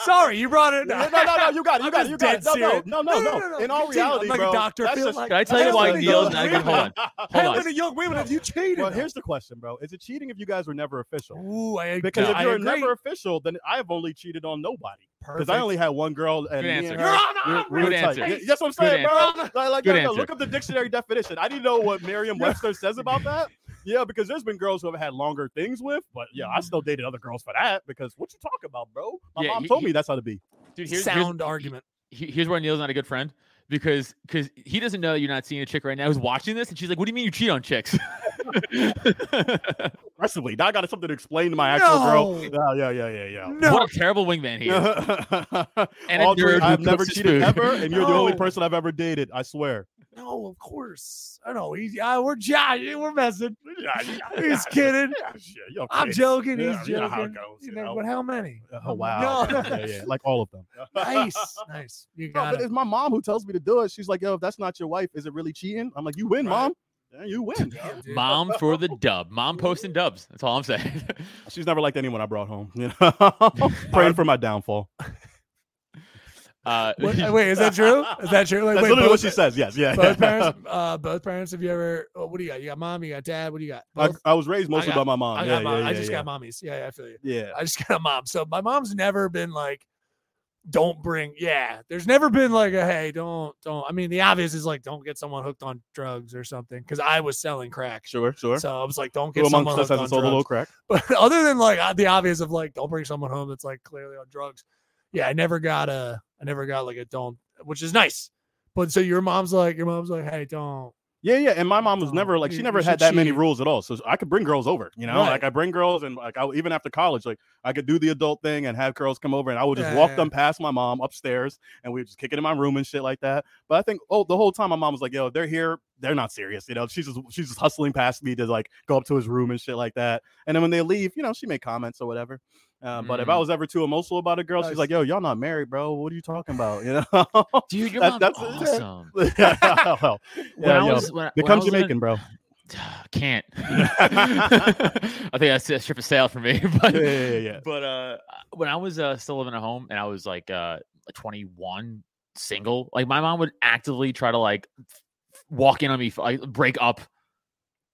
B: sorry. You brought it.
E: Yeah, no, no, no, you got it, you
B: I'm
E: got
B: just
E: it, you got
B: dead
E: it. No, no,
B: serious.
E: no, no,
B: No, no,
E: no.
B: no, no,
E: In all
B: continue. I'm
E: reality,
B: like a
E: bro,
B: doctor,
E: that's
B: feel
E: just-
B: like-
F: Can I tell you
E: that's
F: why
E: just-
F: Neil's not even? Hold on.
B: How
F: Hold on.
B: many young women have you cheated?
E: Well,
B: on?
E: here's the question, bro. Is it cheating if you guys were never official?
B: Ooh, I
E: Because if
B: I
E: you're
B: agree.
E: never official, then I have only cheated on nobody. Because
B: Perfect.
E: I only had one girl and me and
F: answer.
E: her,
B: You're on the
E: we-
B: honor
E: we were tight.
F: roll. Good answer.
E: Yeah, That's what I'm
F: Good
E: saying, bro.
F: answer.
E: Like, like,
F: Good
E: no, no,
F: answer.
E: look up the dictionary definition. I need to know what Merriam-Webster says about that. Yeah, because there's been girls who have had longer things with, but yeah, I still dated other girls for that. Because what you talk about, bro? My
F: Yeah,
E: mom
F: he-
E: told
F: he-
E: me that's how to be.
F: Dude, here's, here's,
B: sound argument.
F: he- here's why Neil's not a good friend because because he doesn't know that you're not seeing a chick right now who's watching this and she's like, "What do you mean you cheat on chicks?"
E: Aggressively. Now I got something to explain to my actual girl.
B: No.
E: Yeah, yeah, yeah, yeah, yeah.
B: No,
F: What a terrible wingman he is. And a
E: Aldrin,
F: nerd who
E: I've never
F: cooks his
E: cheated
F: food.
E: ever, and you're the only
B: No.
E: person I've ever dated. I swear.
B: no, of course. I know. He's, yeah, we're joking. We're messing.
E: Yeah, yeah, yeah,
B: He's kidding.
E: yeah, yeah, you're
B: I'm
E: kidding.
B: joking.
E: Yeah,
B: He's
E: you know
B: joking.
E: how it goes,
B: You
E: you
B: know,
E: know.
B: But how many?
E: Oh wow! Yeah, yeah, like all of them.
B: nice, nice. You
E: No,
B: got
E: but
B: it.
E: it's my mom who tells me to do it. She's like, "Yo, if that's not your wife, is it really cheating?" I'm like, "You win,
B: Right.
E: mom. Yeah, you win."
B: Damn, dude.
F: Mom for the dub. Mom posting dubs. That's all I'm saying.
E: She's never liked anyone I brought home. You know, praying for my downfall.
F: Uh,
B: What- wait, is that true? Is that true? Like,
E: That's
B: wait,
E: literally what
B: both,
E: she says. Yes, yeah.
B: both
E: yeah.
B: parents. Uh, both parents. Have you ever? oh, what do you got? You got mom. You got dad. What do you got?
E: I,
B: Both?
E: I was raised mostly
B: got-
E: by my mom.
B: I,
E: yeah,
B: got mom.
E: yeah,
B: I
E: yeah,
B: just
E: yeah.
B: got mommies. Yeah, yeah, I feel you.
E: Yeah.
B: I just got a mom. So my mom's never been like, don't bring yeah there's never been like a hey don't don't i mean the obvious is like don't get someone hooked on drugs or something because i was selling crack
E: Sure, sure.
B: so i was like don't get
E: Who
B: someone
E: amongst us
B: hooked on
E: hasn't sold a
B: drugs.
E: little crack?
B: but other than like uh, the obvious of like don't bring someone home that's like clearly on drugs yeah i never got a i never got like a don't which is nice but so your mom's like your mom's like hey don't
E: Yeah, yeah. And my mom was
B: Oh,
E: never like she
B: you-
E: never
B: you
E: had
B: should
E: that many
B: cheat.
E: rules at all. So I could bring girls over, you know,
B: Right.
E: like I bring girls and like I even after college, like I could do the adult thing and have girls come over and I would just
B: Yeah,
E: walk
B: yeah.
E: them past my mom upstairs and we would just kick it in my room and shit like that. But I think oh the whole time my mom was like, yo, they're here, they're not serious. You know, she's just she's just hustling past me to like go up to his room and shit like that. And then when they leave, you know, she made comments or whatever. Uh, but if I
F: Mm.
E: was ever too emotional about a girl, she's
B: Nice.
E: like, "Yo, y'all not married, bro. What are you talking about?" You know.
F: Dude, your
E: That-
F: mom's
E: that's-
F: awesome.
E: well,
F: When I
E: yeah, yo,
F: was- when I- when I
E: become
F: was in a-
E: Jamaican, bro.
F: can't. I think that's a ship of sail for me. But
E: Yeah, yeah, yeah, yeah.
F: but uh, when I was uh, still living at home and I was like uh 21, single, like my mom would actively try to like f- walk in on me, f- like break up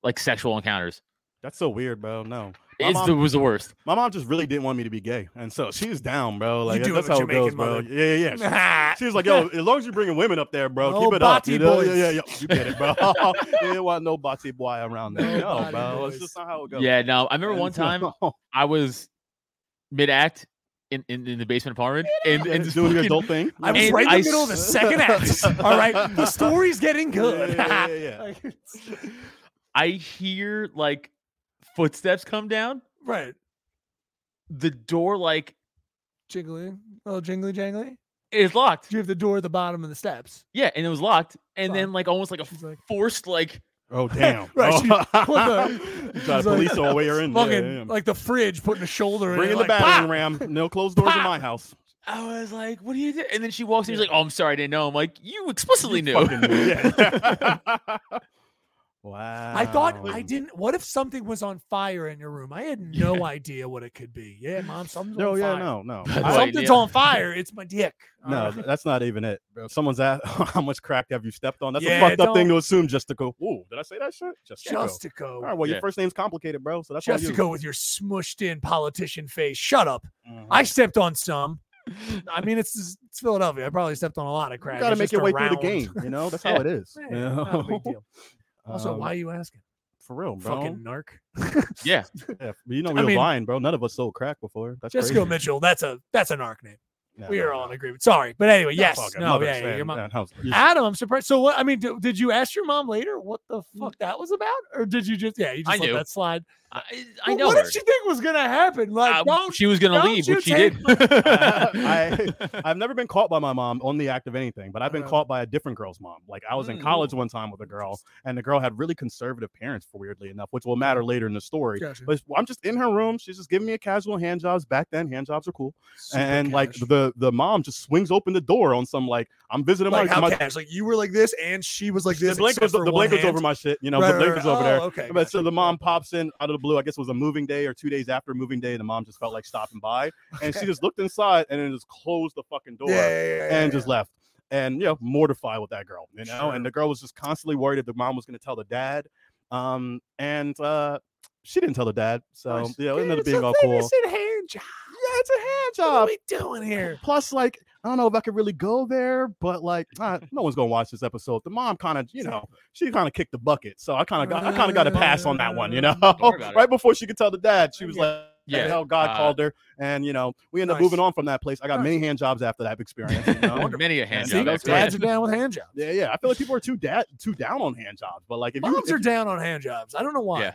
F: like sexual encounters.
E: That's so weird, bro. No, my
F: It's the,
E: mom,
F: was the worst.
E: my mom just really didn't want me to be gay, and so she was down, bro. Like
B: do
E: that's
B: have
E: how
B: a
E: it goes,
B: Jamaican
E: bro.
B: mother.
E: Yeah, yeah, yeah. She was like, "Yo, as long as you're bringing women up there, bro,
B: No
E: keep it up." You
B: bati
E: know? Yeah,
B: boys.
E: yeah, yeah. You get it, bro. you didn't want no bati boy around there.
B: No bati
E: No, bro. It's
B: boys.
E: just not how it goes.
F: Yeah, no, I remember
E: And
F: one
E: so-
F: time I was mid act in, in, in the basement apartment and,
E: Yeah,
F: and
E: just
F: this
E: doing the
F: fucking-
E: adult thing.
B: I was
F: And
B: right in the
F: I
B: middle of the
E: s-
B: second act. All right, the story's getting
E: Yeah,
B: good.
E: yeah, yeah, yeah.
F: I hear like footsteps come down,
B: right,
F: the door like
B: jingling, little jingly jangly.
F: is locked.
B: You have the door at the bottom of the steps.
F: Yeah, and it was locked. And
B: Fuck.
F: then like almost like a
B: She's like,
F: forced like
E: Oh damn!
B: Right, she-
E: Oh.
B: what the-
E: You
B: she's
E: try to
B: like-
E: police all the way you're in. Yeah,
B: fucking
E: yeah, yeah.
B: like the fridge putting a shoulder
E: Bring
B: in.
E: in
B: it, like,
E: the battering
B: "Pop!"
E: ram. No closed doors in
F: Pop!
E: my house.
F: I was like, what do you do? And then she walks in, she's
B: Yeah.
F: like, Oh, I'm sorry, I didn't know. I'm like, you explicitly knew.
E: Fucking me, yeah. wow.
B: I thought
E: Um,
B: I didn't. What if something was on fire in your room? I had no idea what it could be. Yeah, mom, something's
E: No,
B: on
E: yeah,
B: fire.
E: no, no.
F: But,
E: I-
F: like-
B: Something's
F: yeah.
B: on fire. It's my dick.
E: no,
B: Alright.
E: that's not even it. bro. Someone's asked, how much crack have you stepped on? That's
B: Yeah,
E: a fucked up thing to assume just to go, ooh, did I say that shit? Just, to go. All right,
B: Justico.
E: well,
F: Yeah.
E: your first name's complicated, bro. So that's all you.
B: Justico with your smushed in politician face. Shut up.
E: Mhm.
B: I stepped on some. I mean, it's, it's Philadelphia. I probably stepped on a lot of
E: You
B: crack.
E: gotta
B: It's
E: make
B: just
E: your
B: a
E: way
B: round.
E: through the game. You know, that's
F: Yeah.
E: how it is.
B: Yeah,
E: you
B: not a big
E: know?
B: deal. Also,
E: Um,
B: why are you asking?
E: For real, bro.
B: Fucking narc.
F: yeah.
E: Yeah, you know,
B: I
E: we were
B: mean-
E: lying, bro. None of us sold crack before. That's
B: Justico
E: crazy.
B: Mitchell. That's a that's a narc name.
E: Yeah,
B: we
E: no,
B: are
E: no.
B: all in agreement. Sorry, but anyway, yes.
E: Fuck,
B: No,
E: mother
B: yeah, yeah,
E: said
B: your mom.
E: that house-
B: Adam, I'm surprised. So what? I mean, d- did you ask your mom later what the fuck that was about, or did you just yeah you
F: I
B: just let
F: knew.
B: that slide?
F: I, I
B: Well,
F: know
B: what
F: her.
B: did she think was gonna happen? Like,
F: I-
B: don't
F: she was gonna
B: don't
F: leave,
B: you
F: which she
B: take
F: did.
E: Uh, I- I've never been caught by my mom on the act of anything, but I've been
B: Uh.
E: caught by a different girl's mom. Like I was in
B: Mm.
E: college one time with a girl, and the girl had really conservative parents, for weirdly enough, which will matter later in the story.
B: Gotcha.
E: But I'm just in her room. She's just giving me a casual hand jobs. Back then, hand jobs are cool.
B: Super
E: and like
B: cash.
E: the the mom just swings open the door on some like I'm visiting
B: like
E: my,
B: how
E: my
B: cash? Like you were like this, and she was like this.
E: the blanket was
B: except for
E: the
B: one
E: blanket was
B: hand?
E: over my shit. You know,
B: Right,
E: the
B: right,
E: blanket was
B: right.
E: over there.
B: Oh, okay,
E: But so
B: gotcha.
E: the mom pops in out of the blue. I guess it was a moving day or two days after moving day. The mom just felt like stopping by, and she just looked inside and then just closed the fucking door
B: Yeah, yeah, yeah, yeah,
E: and just left. And you know, mortified with that girl, you know.
B: Sure.
E: And the girl was just constantly worried if the mom was going to tell the dad. Um, and uh, she didn't tell the dad, so
B: Nice.
E: you know, um,
B: Oh, yeah,
E: it ended up
B: it's a
E: being all
B: thing,
E: cool.
B: It's a hand job.
E: Yeah, it's a hand
B: What are
E: job.
B: we doing here?
E: Plus, like, I don't know if I could really go there, but like, uh, no one's gonna watch this episode. The mom kind of, you know, she kind of kicked the bucket, so I kind of got, I kind of got a pass on that one, you know.
F: worry about it.
E: right before she could tell the dad, she was like,
F: Yeah,
E: "Yeah, hell, God
F: uh,
E: called her," and you know, we ended up
B: nice.
E: moving on from that place. I got many hand jobs after that experience. You know?
F: Many a hand
E: See,
F: job.
E: those
F: after
B: Dads
F: that.
B: are down with hand jobs.
E: yeah, yeah. I feel like people are too da- too down on hand jobs, but like, if you,
B: Moms
E: if-
B: are down on hand jobs. I don't know why.
F: Yeah.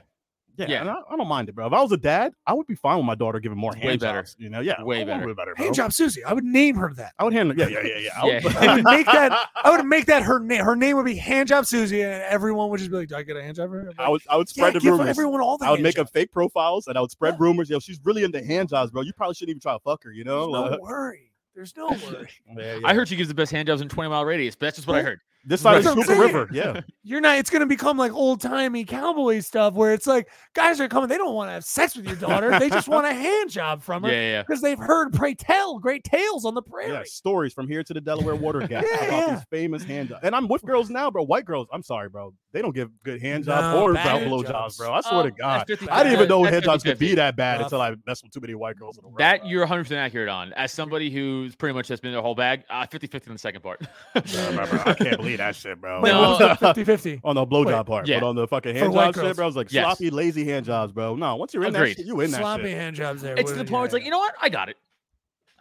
E: yeah,
F: yeah.
E: and I, I don't mind it, bro. If I was a dad, I would be fine with my daughter giving more
F: Way
E: hand
F: better.
E: jobs. You know, yeah,
F: Way
E: I want
F: better.
E: way better.
B: Hand
E: bro.
B: job Susie. I would name her that.
E: I would handle. Yeah, yeah, yeah, yeah. I would-
F: Yeah.
B: I would make that. I would make that her name. Her name would be Hand Job Susie, and everyone would just be like, "Do I get a hand job?" For her?
E: I would I would
B: yeah,
E: spread the
B: give
E: rumors.
B: everyone all the.
E: I would
B: hand
E: make up
B: jobs.
E: fake profiles and I would spread rumors. Yo, she's really into hand jobs, bro. You probably shouldn't even try to fuck her, you know?
B: There's no
E: Like,
B: worry. There's no worry.
E: yeah, yeah.
F: I heard she gives the best hand jobs in 20 mile radius, but that's just what I heard.
E: This side
B: That's
E: of
B: what I'm
E: Schuylkill
B: saying.
E: River. Yeah.
B: You're not. It's gonna become like old timey cowboy stuff where it's like guys are coming. They don't want to have sex with your daughter. they just want a hand job from
F: Yeah,
B: her
F: yeah, yeah.
B: because they've heard pray tell great tales on the prairie.
E: Yeah, stories from here to the Delaware water gap
B: Yeah,
E: about
B: yeah.
E: these famous hand jobs. And I'm with girls now, bro. White girls, I'm sorry, bro. They don't give good hand jobs
B: No,
E: or
B: bad
E: about blow jobs,
B: jobs. Oh,
E: bro. I swear to
F: Um,
E: God.
F: that's 50-50.
E: I didn't even know hand
F: That's
E: jobs could
F: 50-50.
E: be that bad
B: Rough.
E: until I messed with too many white girls in a row.
F: That
E: bro.
F: you're 100 percent accurate on. As somebody who's pretty much just been their whole bag, 50 50 on the second part.
E: Nah, bro, bro, I can't believe that shit, bro.
B: Wait,
F: No.
B: what was the 50-50?
E: on the blowjob part,
F: yeah.
E: but on the fucking hand
B: white
E: job shit,
B: girls.
E: bro, I was like
F: Yes.
E: sloppy, lazy hand jobs, bro. No, once you're in
F: Agreed.
E: that shit, you in that
B: Sloppy
E: shit.
B: hand jobs there.
F: it's to
B: where-
F: the point where it's
B: yeah.
F: like, you know what? I got it.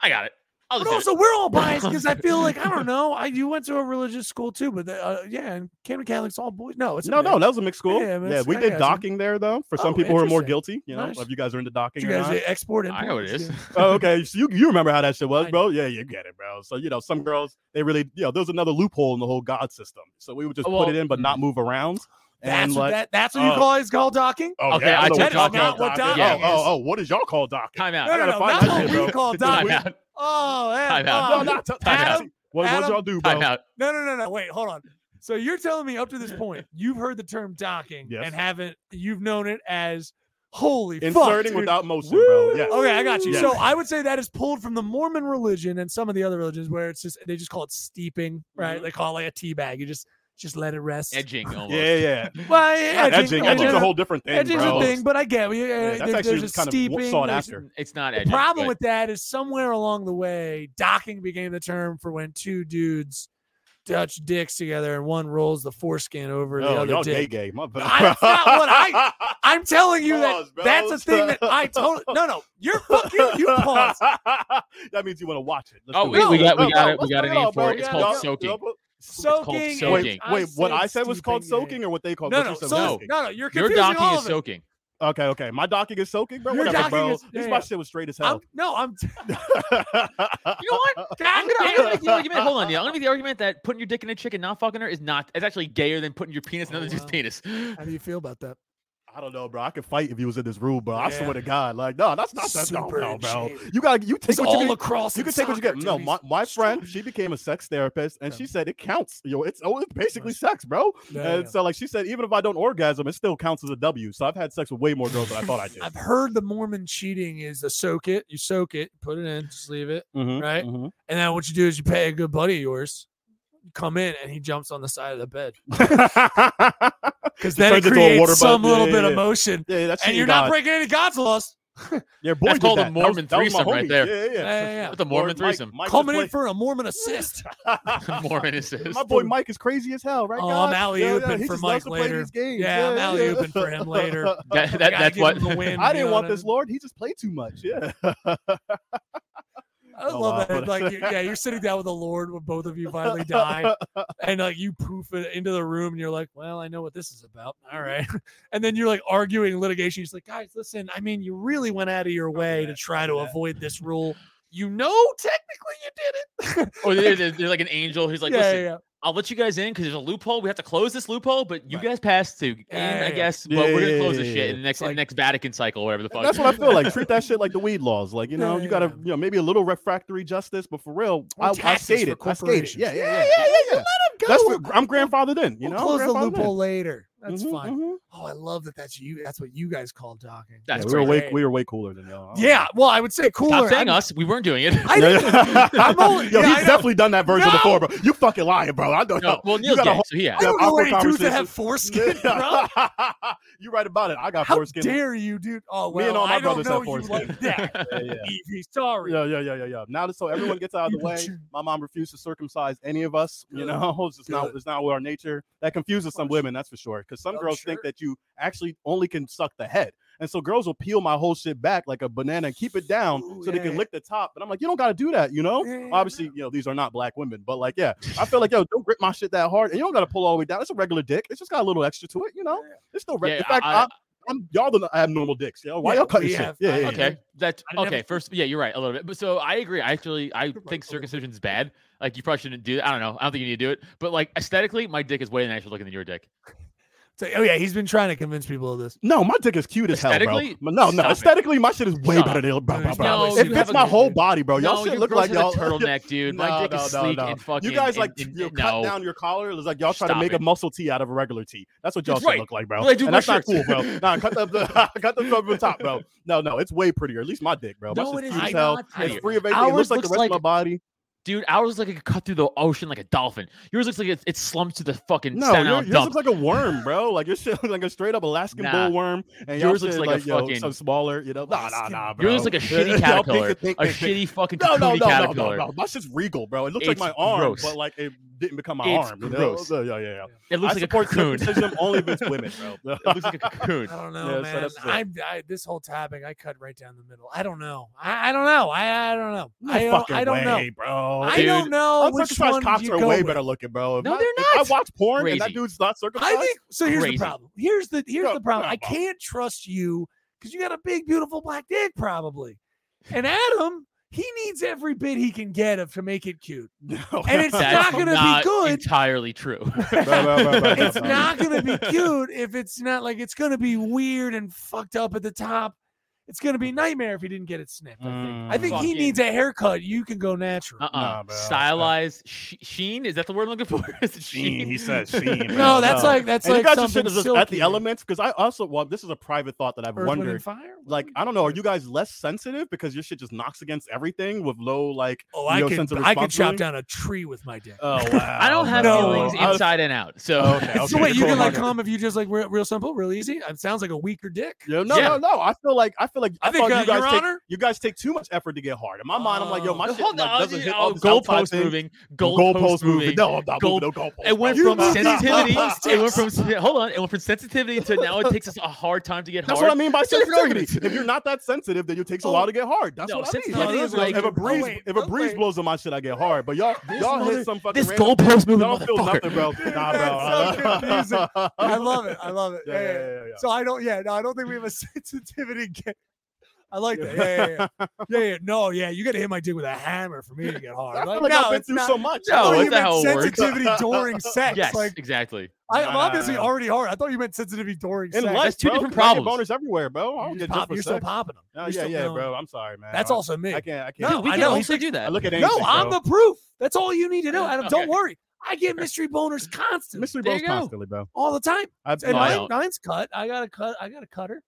F: I got it. I'll
B: But
F: just
B: also, we're all biased because I feel like I don't know. I you went to a religious school too, but the, uh, yeah, and Camden Catholic's all boys. No, it's a
E: No, no,
B: mix.
E: that was a mixed school.
B: Yeah,
E: Yeah,
B: man, it's-
E: we
B: I
E: did
B: gotcha.
E: docking there though. For some
B: Oh,
E: people who are more
B: interesting.
E: guilty, you know,
B: Nice.
E: if you guys are into docking,
B: You
E: or
B: guys
E: not.
B: export
F: I know what it
B: imports,
F: is.
B: yeah.
E: oh, okay. So you, you remember how that shit
B: I
E: was, bro? Yeah, you get it, bro. So you know, some girls they really, you know, there's another loophole in the whole god system. So we would just
F: Well, mm.
E: put it in, but not move around. And
B: That's what
E: like,
B: that, that's what you
E: oh.
B: call is called docking.
E: oh
F: Okay,
E: yeah,
F: I
E: know
F: took
E: y'all
F: docking.
E: call
B: Not what
E: docking.
F: docking
E: Oh,
B: is.
E: oh, oh, what is y'all call docking?
F: time out.
B: No,
E: I
B: no,
E: gotta
B: no,
E: find
B: that's
E: that
B: what
E: shit,
B: we
E: bro.
B: call
F: Time
B: docking.
F: out.
B: Oh, that,
F: Time out.
B: oh,
E: No, not t-
B: Adam-
E: Adam, what what
B: Adam-
E: y'all do, bro?
F: Time out.
B: no, no, no, no. Wait, hold on. So you're telling me up to this point you've heard the term docking
E: Yes.
B: and haven't you've known it as holy fuck,
E: Inserting
B: dude. Oh,
E: without motion, bro. Yeah.
B: Okay, I got you.
E: Yes.
B: So I would say that is pulled from the Mormon religion and some of the other religions where it's just they just call it steeping,
E: Mm-hmm.
B: right? They call it like a tea bag. You just just let it rest.
F: Edging almost.
E: Yeah, yeah.
B: Well, yeah,
E: Edging, edging's
B: edging-
E: a whole different thing,
B: edging's
E: bro.
B: a thing, but I get we, uh,
E: Yeah,
B: there-
E: that's actually
B: there's a
E: kind
B: steeping.
E: of sought
B: there's-
E: after.
F: It's not
B: The
F: edging.
B: problem
F: but-
B: with that is somewhere along the way, docking became the term for when two dudes touch dicks together and one rolls the foreskin over the
E: No,
B: other
E: Oh, y'all gay,
B: dick.
E: gay. My bad.
B: That's not what I- I'm telling you that
E: Pause, bro.
B: that's a thing that I told. No, no, you're fucking you pause.
E: that means you want to watch it. Let's
F: Oh,
E: do
F: we,
E: it.
F: we got we
E: No,
F: got
E: no,
F: it. We
E: let's
F: got a
E: bring
F: name
E: up,
F: for
E: bro.
F: it. It's
E: Yeah,
F: called
E: yeah,
F: soaking.
E: yeah,
B: Soaking. is-
E: but-
F: soaking.
E: Wait,
B: I
E: wait. What
B: said
E: I said was called
B: steeping, yeah.
E: soaking, or what they called?
B: No,
E: what
B: no,
E: you said was
B: so,
E: soaking?
B: no, no, you're
F: Your
B: confusing
F: docking
B: all
F: is
B: of it.
F: soaking.
E: Okay, okay. My docking is soaking, bro.
B: Your
E: Whatever,
B: docking
E: bro.
B: is-
E: At
B: yeah,
E: least
B: yeah.
E: my shit was straight as
B: I'm,
E: hell.
B: no, I'm.
F: You know what? I'm gonna, I'm gonna make the argument. Hold on, yeah. I'm gonna make the argument that putting your dick in a chick and not fucking her is not. It's actually gayer than putting your penis in
B: Oh,
F: another dude's
B: wow.
F: penis.
B: How do you feel about that?
E: I don't know, bro. I could fight if you was in this room, bro. I
B: Yeah.
E: swear to God, like, no, that's not that. No,
B: Super
E: no, bro.
B: jaded.
E: You got to you take
B: It's
E: what you
B: all
E: can-
B: across.
E: You
B: in
E: can take what you get.
B: soccer,
E: No,
B: dude.
E: my, my
B: It's
E: friend,
B: true.
E: she became a sex therapist, and
B: Yeah.
E: she said it counts. Yo, it's oh, it's basically sex, bro.
B: Yeah,
E: and
B: yeah.
E: so, like she said, even if I don't orgasm, it still counts as a W. So I've had sex with way more girls than I thought I did.
B: I've heard the Mormon cheating is the soak it. You soak it, put it in, just leave it.
F: Mm-hmm,
E: Mhm,
B: right?
E: mhm.
B: And then what you do is you pay a good buddy of yours, come in, and he jumps on the side of the bed because then it
E: turns into a water
B: creates
E: bud-
B: some
E: yeah,
B: little
E: yeah,
B: bit of
E: yeah.
B: motion,
E: yeah, that's
B: and
E: cheating
B: you're not
E: God.
B: breaking any God's laws.
E: Yeah, boy
F: That's
E: did
F: called a
E: that. That was- that
F: Mormon
E: was my
F: threesome right
E: homie.
F: there.
E: Yeah, yeah,
B: Yeah,
E: yeah.
B: yeah, yeah.
F: With the Mormon threesome.
E: Mike,
B: Coming in
E: Mike
B: for a Mormon assist.
E: just played-
F: Mormon assist.
E: My boy Mike is crazy as hell, right?
B: Oh,
E: God?
B: I'm alley-ooping
E: he
B: for
E: just
B: Mike
E: loves to play
B: later.
E: these games.
B: Yeah, I'm alley-ooping for him later.
F: That-
B: I
F: that-
B: gotta
F: that's
B: give
F: what.
B: him the win,
E: I
B: you
E: didn't
B: know
E: want
B: what
E: this, Lord. He just played too much. Yeah.
B: I
E: Oh,
B: love
E: wow.
B: that. Like, you- yeah, you're sitting down with the Lord when both of you finally die, and like you poof it into the room, and you're like, "Well, I know what this is about." All right, and then you're like arguing litigation. He's like, "Guys, listen. I mean, you really went out of your way to try to avoid this rule. You know, technically, you did it."
F: Or there- there- there's like an angel who's like,
B: yeah,
F: listen,
B: yeah, yeah.
F: I'll let you guys in because there's a loophole. We have to close this loophole, but you guys passed to, and
B: yeah,
F: I
B: yeah.
F: guess,
E: Yeah,
F: well, we're
E: yeah,
F: gonna close
E: yeah,
F: this
E: yeah,
F: shit in the next in the
B: like-
F: next Vatican cycle, whatever the fuck.
E: That's what I feel like. Treat that shit like the weed laws. Like, you
B: Yeah,
E: know,
B: yeah,
E: you gotta,
B: yeah.
E: you know, maybe a little refractory justice, but for real,
B: Or
E: I, I
B: taxes
E: skate
B: for
E: it. I skate it. Yeah, yeah, yeah.
B: yeah, yeah,
E: yeah. That's what, I'm grandfathered in, you
B: We'll
E: know?
B: close the
E: grandfathered in.
B: loophole later. That's
E: Mhm,
B: fine.
E: mhm.
B: Oh, I love that. That's you. That's what you guys call talking.
F: That's
E: Yeah, we were
F: pretty
E: way, we were way cooler than y'all. I don't
B: Yeah. Well, I would say cooler.
F: Stop saying
B: I'm-
F: us. We weren't doing it.
B: I
E: know.
B: didn't- I'm only-
E: Yo,
B: yeah, I
E: he's
B: know.
E: definitely done that version
B: No!
E: before, bro. You fucking lying, bro. I don't
F: No,
E: know.
F: well, Neil's
E: got a
F: gay,
E: whole-
F: so he
B: I
F: has.
B: don't know
E: awkward
B: any dudes that have
E: conversations.
B: foreskin, bro.
E: you right about it. I got
B: How
E: foreskin.
B: dare you, dude? Oh, well,
E: Me and all my
B: I don't
E: brothers
B: know
E: have
B: you
E: foreskin.
B: like that.
E: Yeah, yeah.
B: Evie, sorry.
E: Yeah, yeah, yeah, yeah, yeah. Now that so everyone gets out of the
B: You
E: way,
B: jerk.
E: my mom refused to circumcise any of us. You
B: Good.
E: know, it's just not
B: Good.
E: it's not our nature. That confuses some
B: course.
E: women, that's for sure. Because some
B: I'm
E: girls think
B: sure.
E: that you actually only can suck the head. And so girls will peel my whole shit back like a banana and keep it down
B: Ooh,
E: so
B: yeah,
E: they can
B: yeah.
E: lick the top. And I'm like, you don't gotta do that, you know?
B: Yeah, yeah,
E: Obviously, you know, these are not black women, but like, yeah, I feel like yo, don't grip my shit that hard. And you don't gotta pull all the way down. It's a regular dick. It's just got a little extra to it, you know? It's still regular.
F: Yeah,
E: in fact,
F: I-
E: I, am I'm y'all the abnormal dicks. Yo, why
B: Yeah,
E: y'all cutting
B: we
E: shit?
B: have-
E: yeah,
B: I-
E: yeah, yeah.
F: Okay, that's
B: I never-
F: okay. First, yeah, you're right a little bit. But so I agree. I actually I think circumcision is bad. Like you probably shouldn't do. I don't know. I don't think you need to do it. But like aesthetically, my dick is way nicer looking than your dick.
B: It's like, oh yeah, he's been trying to convince people of this.
E: No, my dick is cute as hell, bro.
F: Aesthetically?
E: But No, no,
F: Stop it.
E: aesthetically, my shit is way
F: Stop
E: better than bro, bro,
B: No,
E: bro.
B: you
E: It fits
B: have a
E: my
B: good
E: whole
B: dick.
E: body, bro. Oh, Y'all
F: no,
E: should
F: your
E: look
F: girls
E: like
F: has
E: y'all
F: a turtleneck, dude. My
E: No,
F: dick
E: no,
F: is
E: no,
F: sleek
E: no.
F: and fucking.
E: You guys like
F: and, and,
E: you
F: and,
E: cut
F: no.
E: down your collar. It's like y'all try to
F: Stop
E: make a
F: it.
E: muscle tee out of a regular tee. That's what y'all
F: That's
E: should
F: right.
E: look like, bro.
F: Well, I do
E: and
F: my
E: that's not cool,
F: shirts.
E: bro. Nah, cut the, the cut the from the top, bro. No, no, it's way prettier. At least my dick, bro. My
F: No,
E: shit's
F: it is
E: cute as
F: not
E: hell. It's
F: prettier.
E: free of everything. It
F: Ours
E: looks like the
F: looks
E: rest of
F: like-
E: my body.
F: Dude, ours looks like it could cut through the ocean like a dolphin. Yours looks like it's, it's slumped to the fucking
E: No,
F: Staten
E: your-
F: Island
E: yours
F: dump.
E: looks like a worm, bro. Like your shit looks like a straight up Alaskan
F: Nah.
E: bullworm, and yours looks like, a
F: fucking-
E: some smaller. You know, nah, nah, nah, bro.
F: Yours looks like a
E: Y'all
F: shitty
E: pink
F: caterpillar.
E: and pink,
F: a
E: pink, pink.
F: shitty fucking
E: No, no,
F: cocoonie
E: no, no, no,
F: caterpillar.
E: no. My shit's regal, bro. It looks
F: It's
E: like my arm,
F: gross.
E: but like it didn't become my
F: It's
E: arm. you know?
F: gross.
E: Yeah, yeah, yeah.
F: It
E: I
F: looks like a
E: support
F: cocoon. it
E: circumcision only if it's women, bro.
F: looks like a cocoon.
B: I don't know,
E: Yeah, so
B: man.
E: that's it.
B: I, I this whole topic, I cut right down the middle. I don't know. I, I don't know. I, I don't know.
E: No
B: I don't,
E: fucking
B: I don't
E: way,
B: know.
E: bro.
B: I
F: Dude,
B: don't know which
E: Uncircumcised
B: one
E: cocks
B: you
E: are
B: go
E: way
B: with.
E: better looking, bro. If
F: No,
E: I-
F: they're
E: if
F: not.
E: I watch porn and that
F: Crazy.
E: dude's not circumcised.
B: I think so. Here's
F: Crazy.
B: the problem. Here's the here's
E: No,
B: the problem. I
E: no.
B: can't trust you because you got a big, beautiful black dick, probably. And Adam, he needs every bit he can get of to make it cute.
E: no.
B: and it's not
F: That's
B: gonna be good.
F: Entirely true.
E: Bro, bro, bro, bro, bro,
B: it's
E: bro.
B: not gonna be cute if it's not like it's gonna be weird and fucked up at the top. It's gonna be nightmare if he didn't get it snipped. I think. I think he
E: Mm,
F: Fucking-
B: needs a haircut. You can go natural.
F: Uh-uh.
E: Nah, bro.
F: Stylized she- sheen. Is that the word I'm looking for? Is it
E: Sheen,
F: sheen?
E: he says sheen.
B: no, that's like that's
E: and
B: like
E: you guys
B: something
E: consider this
B: silky.
E: at the elements because I also well, this is a private thought that I've
B: Earth, Wind, and
E: wondered.
B: fire. What
E: Like
B: are we
E: I don't know, are
B: doing?
E: you guys less sensitive because your shit just knocks against everything with low like
B: Oh,
E: you
B: I
E: know,
B: could
E: sense of
B: I could chop
E: responsibility?
B: down a tree with my dick.
E: Oh wow!
F: I don't have
B: No.
F: feelings
B: I was-
F: inside and out. So
E: Oh, Okay, okay.
B: so wait, you
E: cool,
B: can like
E: okay.
B: come if you just like re- real simple, real easy. It sounds like a weaker dick.
E: Yeah, no,
F: Yeah.
E: no, no. I feel like I feel like
B: I
E: I,
B: think,
E: thought
B: uh,
E: you guys
B: Your
E: take,
B: Honor?
E: you guys take too much effort to get hard. In my mind, I'm like, yo,
B: Oh.
E: my shit
F: Hold
E: like,
F: on,
E: doesn't hit
F: oh,
E: all this outside
F: goalpost
E: thing.
F: moving,
E: Goalpost moving.
F: moving.
E: No, I'm not
F: Goal-
E: moving. No goalpost.
F: It went
E: bro.
F: from
E: You-
F: sensitivity.
B: must-
F: It went from sen- hold on. It went from sensitivity to now it takes us a hard time to get
E: That's
F: hard.
E: what I mean by
F: It's a different
E: sensitivity.
F: argument.
E: If you're not that sensitive, then it takes a
B: Oh.
E: while to get hard. That's
F: No,
E: what I mean.
F: sensitivity
B: is like-
E: if a
B: oh,
E: breeze,
B: wait,
E: if a
B: oh,
E: breeze
B: wait.
E: blows on my shit, I get hard. But y'all, y'all
F: mother-
E: hit some fucking
F: This
E: random.
F: goalpost moving,
E: Y'all don't feel
F: motherfucker.
E: nothing, bro. Nah,
B: That's so confusing.
E: bro.
B: Oh, I love it. I love it.
E: Yeah,
B: Yeah,
E: yeah,
B: yeah,
E: yeah,
B: yeah.
E: yeah, yeah.
B: So I don't. Yeah, no, I don't think we have a sensitivity. Ga- I like that. Yeah, yeah, yeah. yeah, yeah. No, yeah, you got to hit my dick with a hammer for me to get hard.
E: I feel
B: Like,
E: like
B: no,
E: I've been
B: it's
E: through
B: not-
E: so much.
F: No,
B: I thought
F: what
B: you
F: the hell
B: meant
F: works?
B: sensitivity during sex.
F: Yes,
B: Like,
F: exactly.
B: I,
E: Nah,
B: I'm
E: nah,
B: obviously
E: nah.
B: already hard. I thought you meant sensitivity during
E: in
B: sex.
E: life,
F: two
E: bro,
F: different
E: 'cause I get
F: problems.
E: boners everywhere, bro.
B: you
E: I don't
B: just
E: get
B: pop,
E: just for
B: you're still
E: sex.
B: popping them.
E: Yeah,
B: You're
E: eh? yeah,
B: still
E: yeah,
B: going.
E: bro. I'm sorry, man.
B: That's
E: I-
B: also me.
E: I can't. I can't.
B: No, we
F: We
B: I
F: can
B: know, he's
F: also do
E: I
F: that.
E: look at anything.
B: No, I'm
E: bro.
B: the proof. That's all you need to know,
F: Yeah,
B: Adam.
F: okay.
B: Don't worry. I get mystery boners constantly,
E: mystery
F: There
E: balls
F: you go.
E: constantly, bro.
B: all the time.
E: Oh, I,
B: And
F: No, I
B: mine-
F: don't.
B: mine's cut. I got to cut. I got to cut her.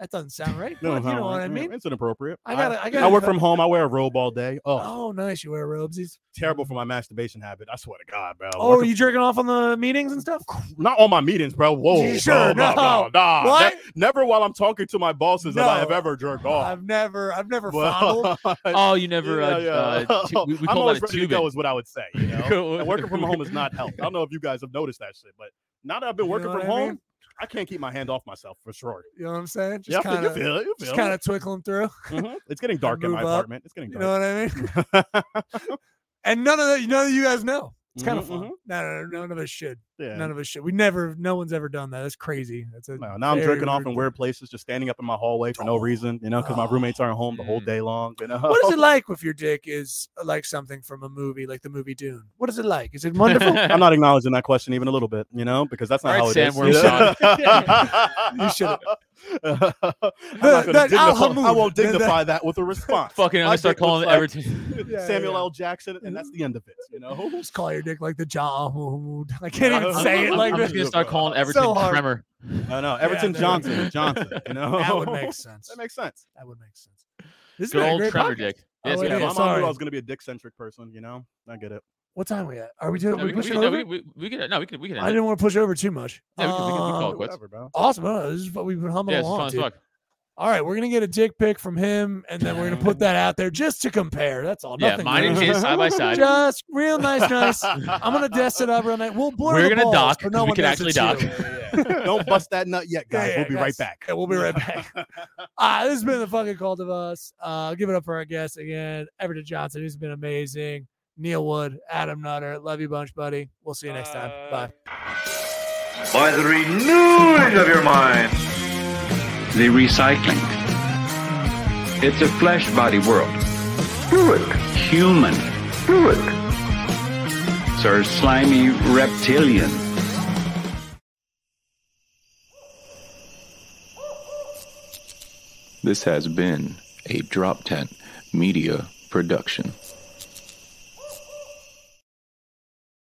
B: That doesn't sound right.
E: No,
B: but you
E: no,
B: know what I
E: no,
B: mean.
E: It's inappropriate.
B: I gotta- I
E: I,
B: gotta-
E: work from home. I wear a robe all day. Oh,
B: Oh, nice. You wear robes. These.
E: terrible for my masturbation habit. I swear to God, bro.
B: Oh, are
E: Working-
B: you jerking off on the meetings and stuff?
E: not all my meetings, bro. Whoa,
B: You sure? No.
E: bro, bro, no, nah. Ne-
B: What?
E: never while I'm talking to my bosses have I have
B: No.
E: ever jerked off.
B: I've never, I've never fondled.
E: Well,
F: Oh, you never.
E: yeah,
F: uh,
E: yeah.
F: Uh, tu- we, we
E: I'm
F: call
E: always
F: that a
E: ready to go
F: tubing.
E: is what I would say. You know, And working from home has not helped. I don't know if you guys have noticed that shit, but now that I've been
B: You
E: working
B: know
E: from
B: what I
E: home,
B: mean?
E: I can't keep my hand off myself for sure.
B: You know what I'm saying?
E: Yeah,
B: Just
E: I feel-
B: kind
E: you
B: of,
E: feel it. You
B: just
E: feel
B: kind of twinkling through.
E: it. Mhm. It's getting dark in my
B: move up,
E: apartment. It's getting
B: You know
E: dark.
B: what I mean? And none of that, none of you guys know. It's kind of
E: Mhm,
B: fun.
E: mhm.
B: No, no, no, none of us should.
E: Yeah.
B: None of us should. We never. No one's ever done that. That's crazy. That's a
E: No, now I'm
B: very
E: jerking off
B: rude
E: in
B: thing.
E: weird places, just standing up in my hallway for no
B: Oh.
E: reason, you know, because my
B: Oh.
E: roommates aren't home the whole
F: Mm.
E: day long. You know?
B: What is it like if your dick is uh, like something from a movie, like the movie Dune? What is it like? Is it wonderful?
E: I'm not acknowledging that question even a little bit, you know, because that's not how
F: All right,
E: it
F: Sam
E: is.
B: You should've.
E: I'm
B: The-
E: not gonna
B: that Al
E: dignify, I
B: Hamoud,
E: won't
B: the- the-
E: dignify that with a response.
F: Fucking, I'm
E: My
F: gonna start
E: dick looks
F: calling
E: like
F: everything.
B: Yeah,
E: Samuel
B: yeah.
E: L. Jackson, and that's the end of it. You know,
B: Just call your dick like the John Mahmood. I can't even
E: I'm-
B: say it
E: I'm-
B: like
F: I'm
B: this.
F: just gonna start calling Everton
B: hard.
F: Tremor.
E: no, no, Everton
B: there we go.
E: Johnson, Johnson. You know,
B: That would make sense.
E: That makes sense.
B: That would make sense. This
F: Good
B: is
F: old
B: great
F: Tremor
B: podcast.
F: Dick.
B: Oh,
F: Yes,
B: it
E: yeah,
B: is.
E: my mom
B: sorry.
E: knew I was going to be a dick-centric person. You know, I get it.
B: What time are we at? Are we doing?
F: No,
B: we
F: we, we,
B: pushing
F: no,
B: over?
F: we, we, we could, no, we could, we could.
B: I
F: End it.
B: didn't want to push over too much.
F: Yeah, we can- we can- we can call
B: Um,
F: it quits.
E: Whatever, bro.
B: Awesome. Oh, this is what we've been humming
F: Yeah, it's
B: along.
F: fun as
B: dude.
F: fuck.
B: All right, we're gonna get a dick pic from him, and then we're gonna put that out there just to compare. That's all.
F: Yeah,
B: Nothing
F: mine and
B: really.
F: his side by side.
B: Just real nice, nice. I'm gonna dest it up real nice. We'll blur
F: We're
B: the
F: gonna
B: balls,
F: dock,
B: but no
F: 'cause we
B: one
F: can
B: knows
F: actually
B: it's
F: dock.
B: you.
E: Don't bust that nut yet, guys.
B: Yeah,
E: we'll be
B: guys.
E: right back.
B: Yeah, we'll be right back. Uh, this has been the fucking cult of us. Uh, give it up for our guest again, Everton Johnson. He's been amazing. Neil Wood, Adam Nutter. Love you bunch, buddy. We'll see you next time. Bye.
C: By the renewing of your mind.
D: The recycling. It's a flesh body world. Human. Sir slimy reptilian. This has been a Drop Tent Media production.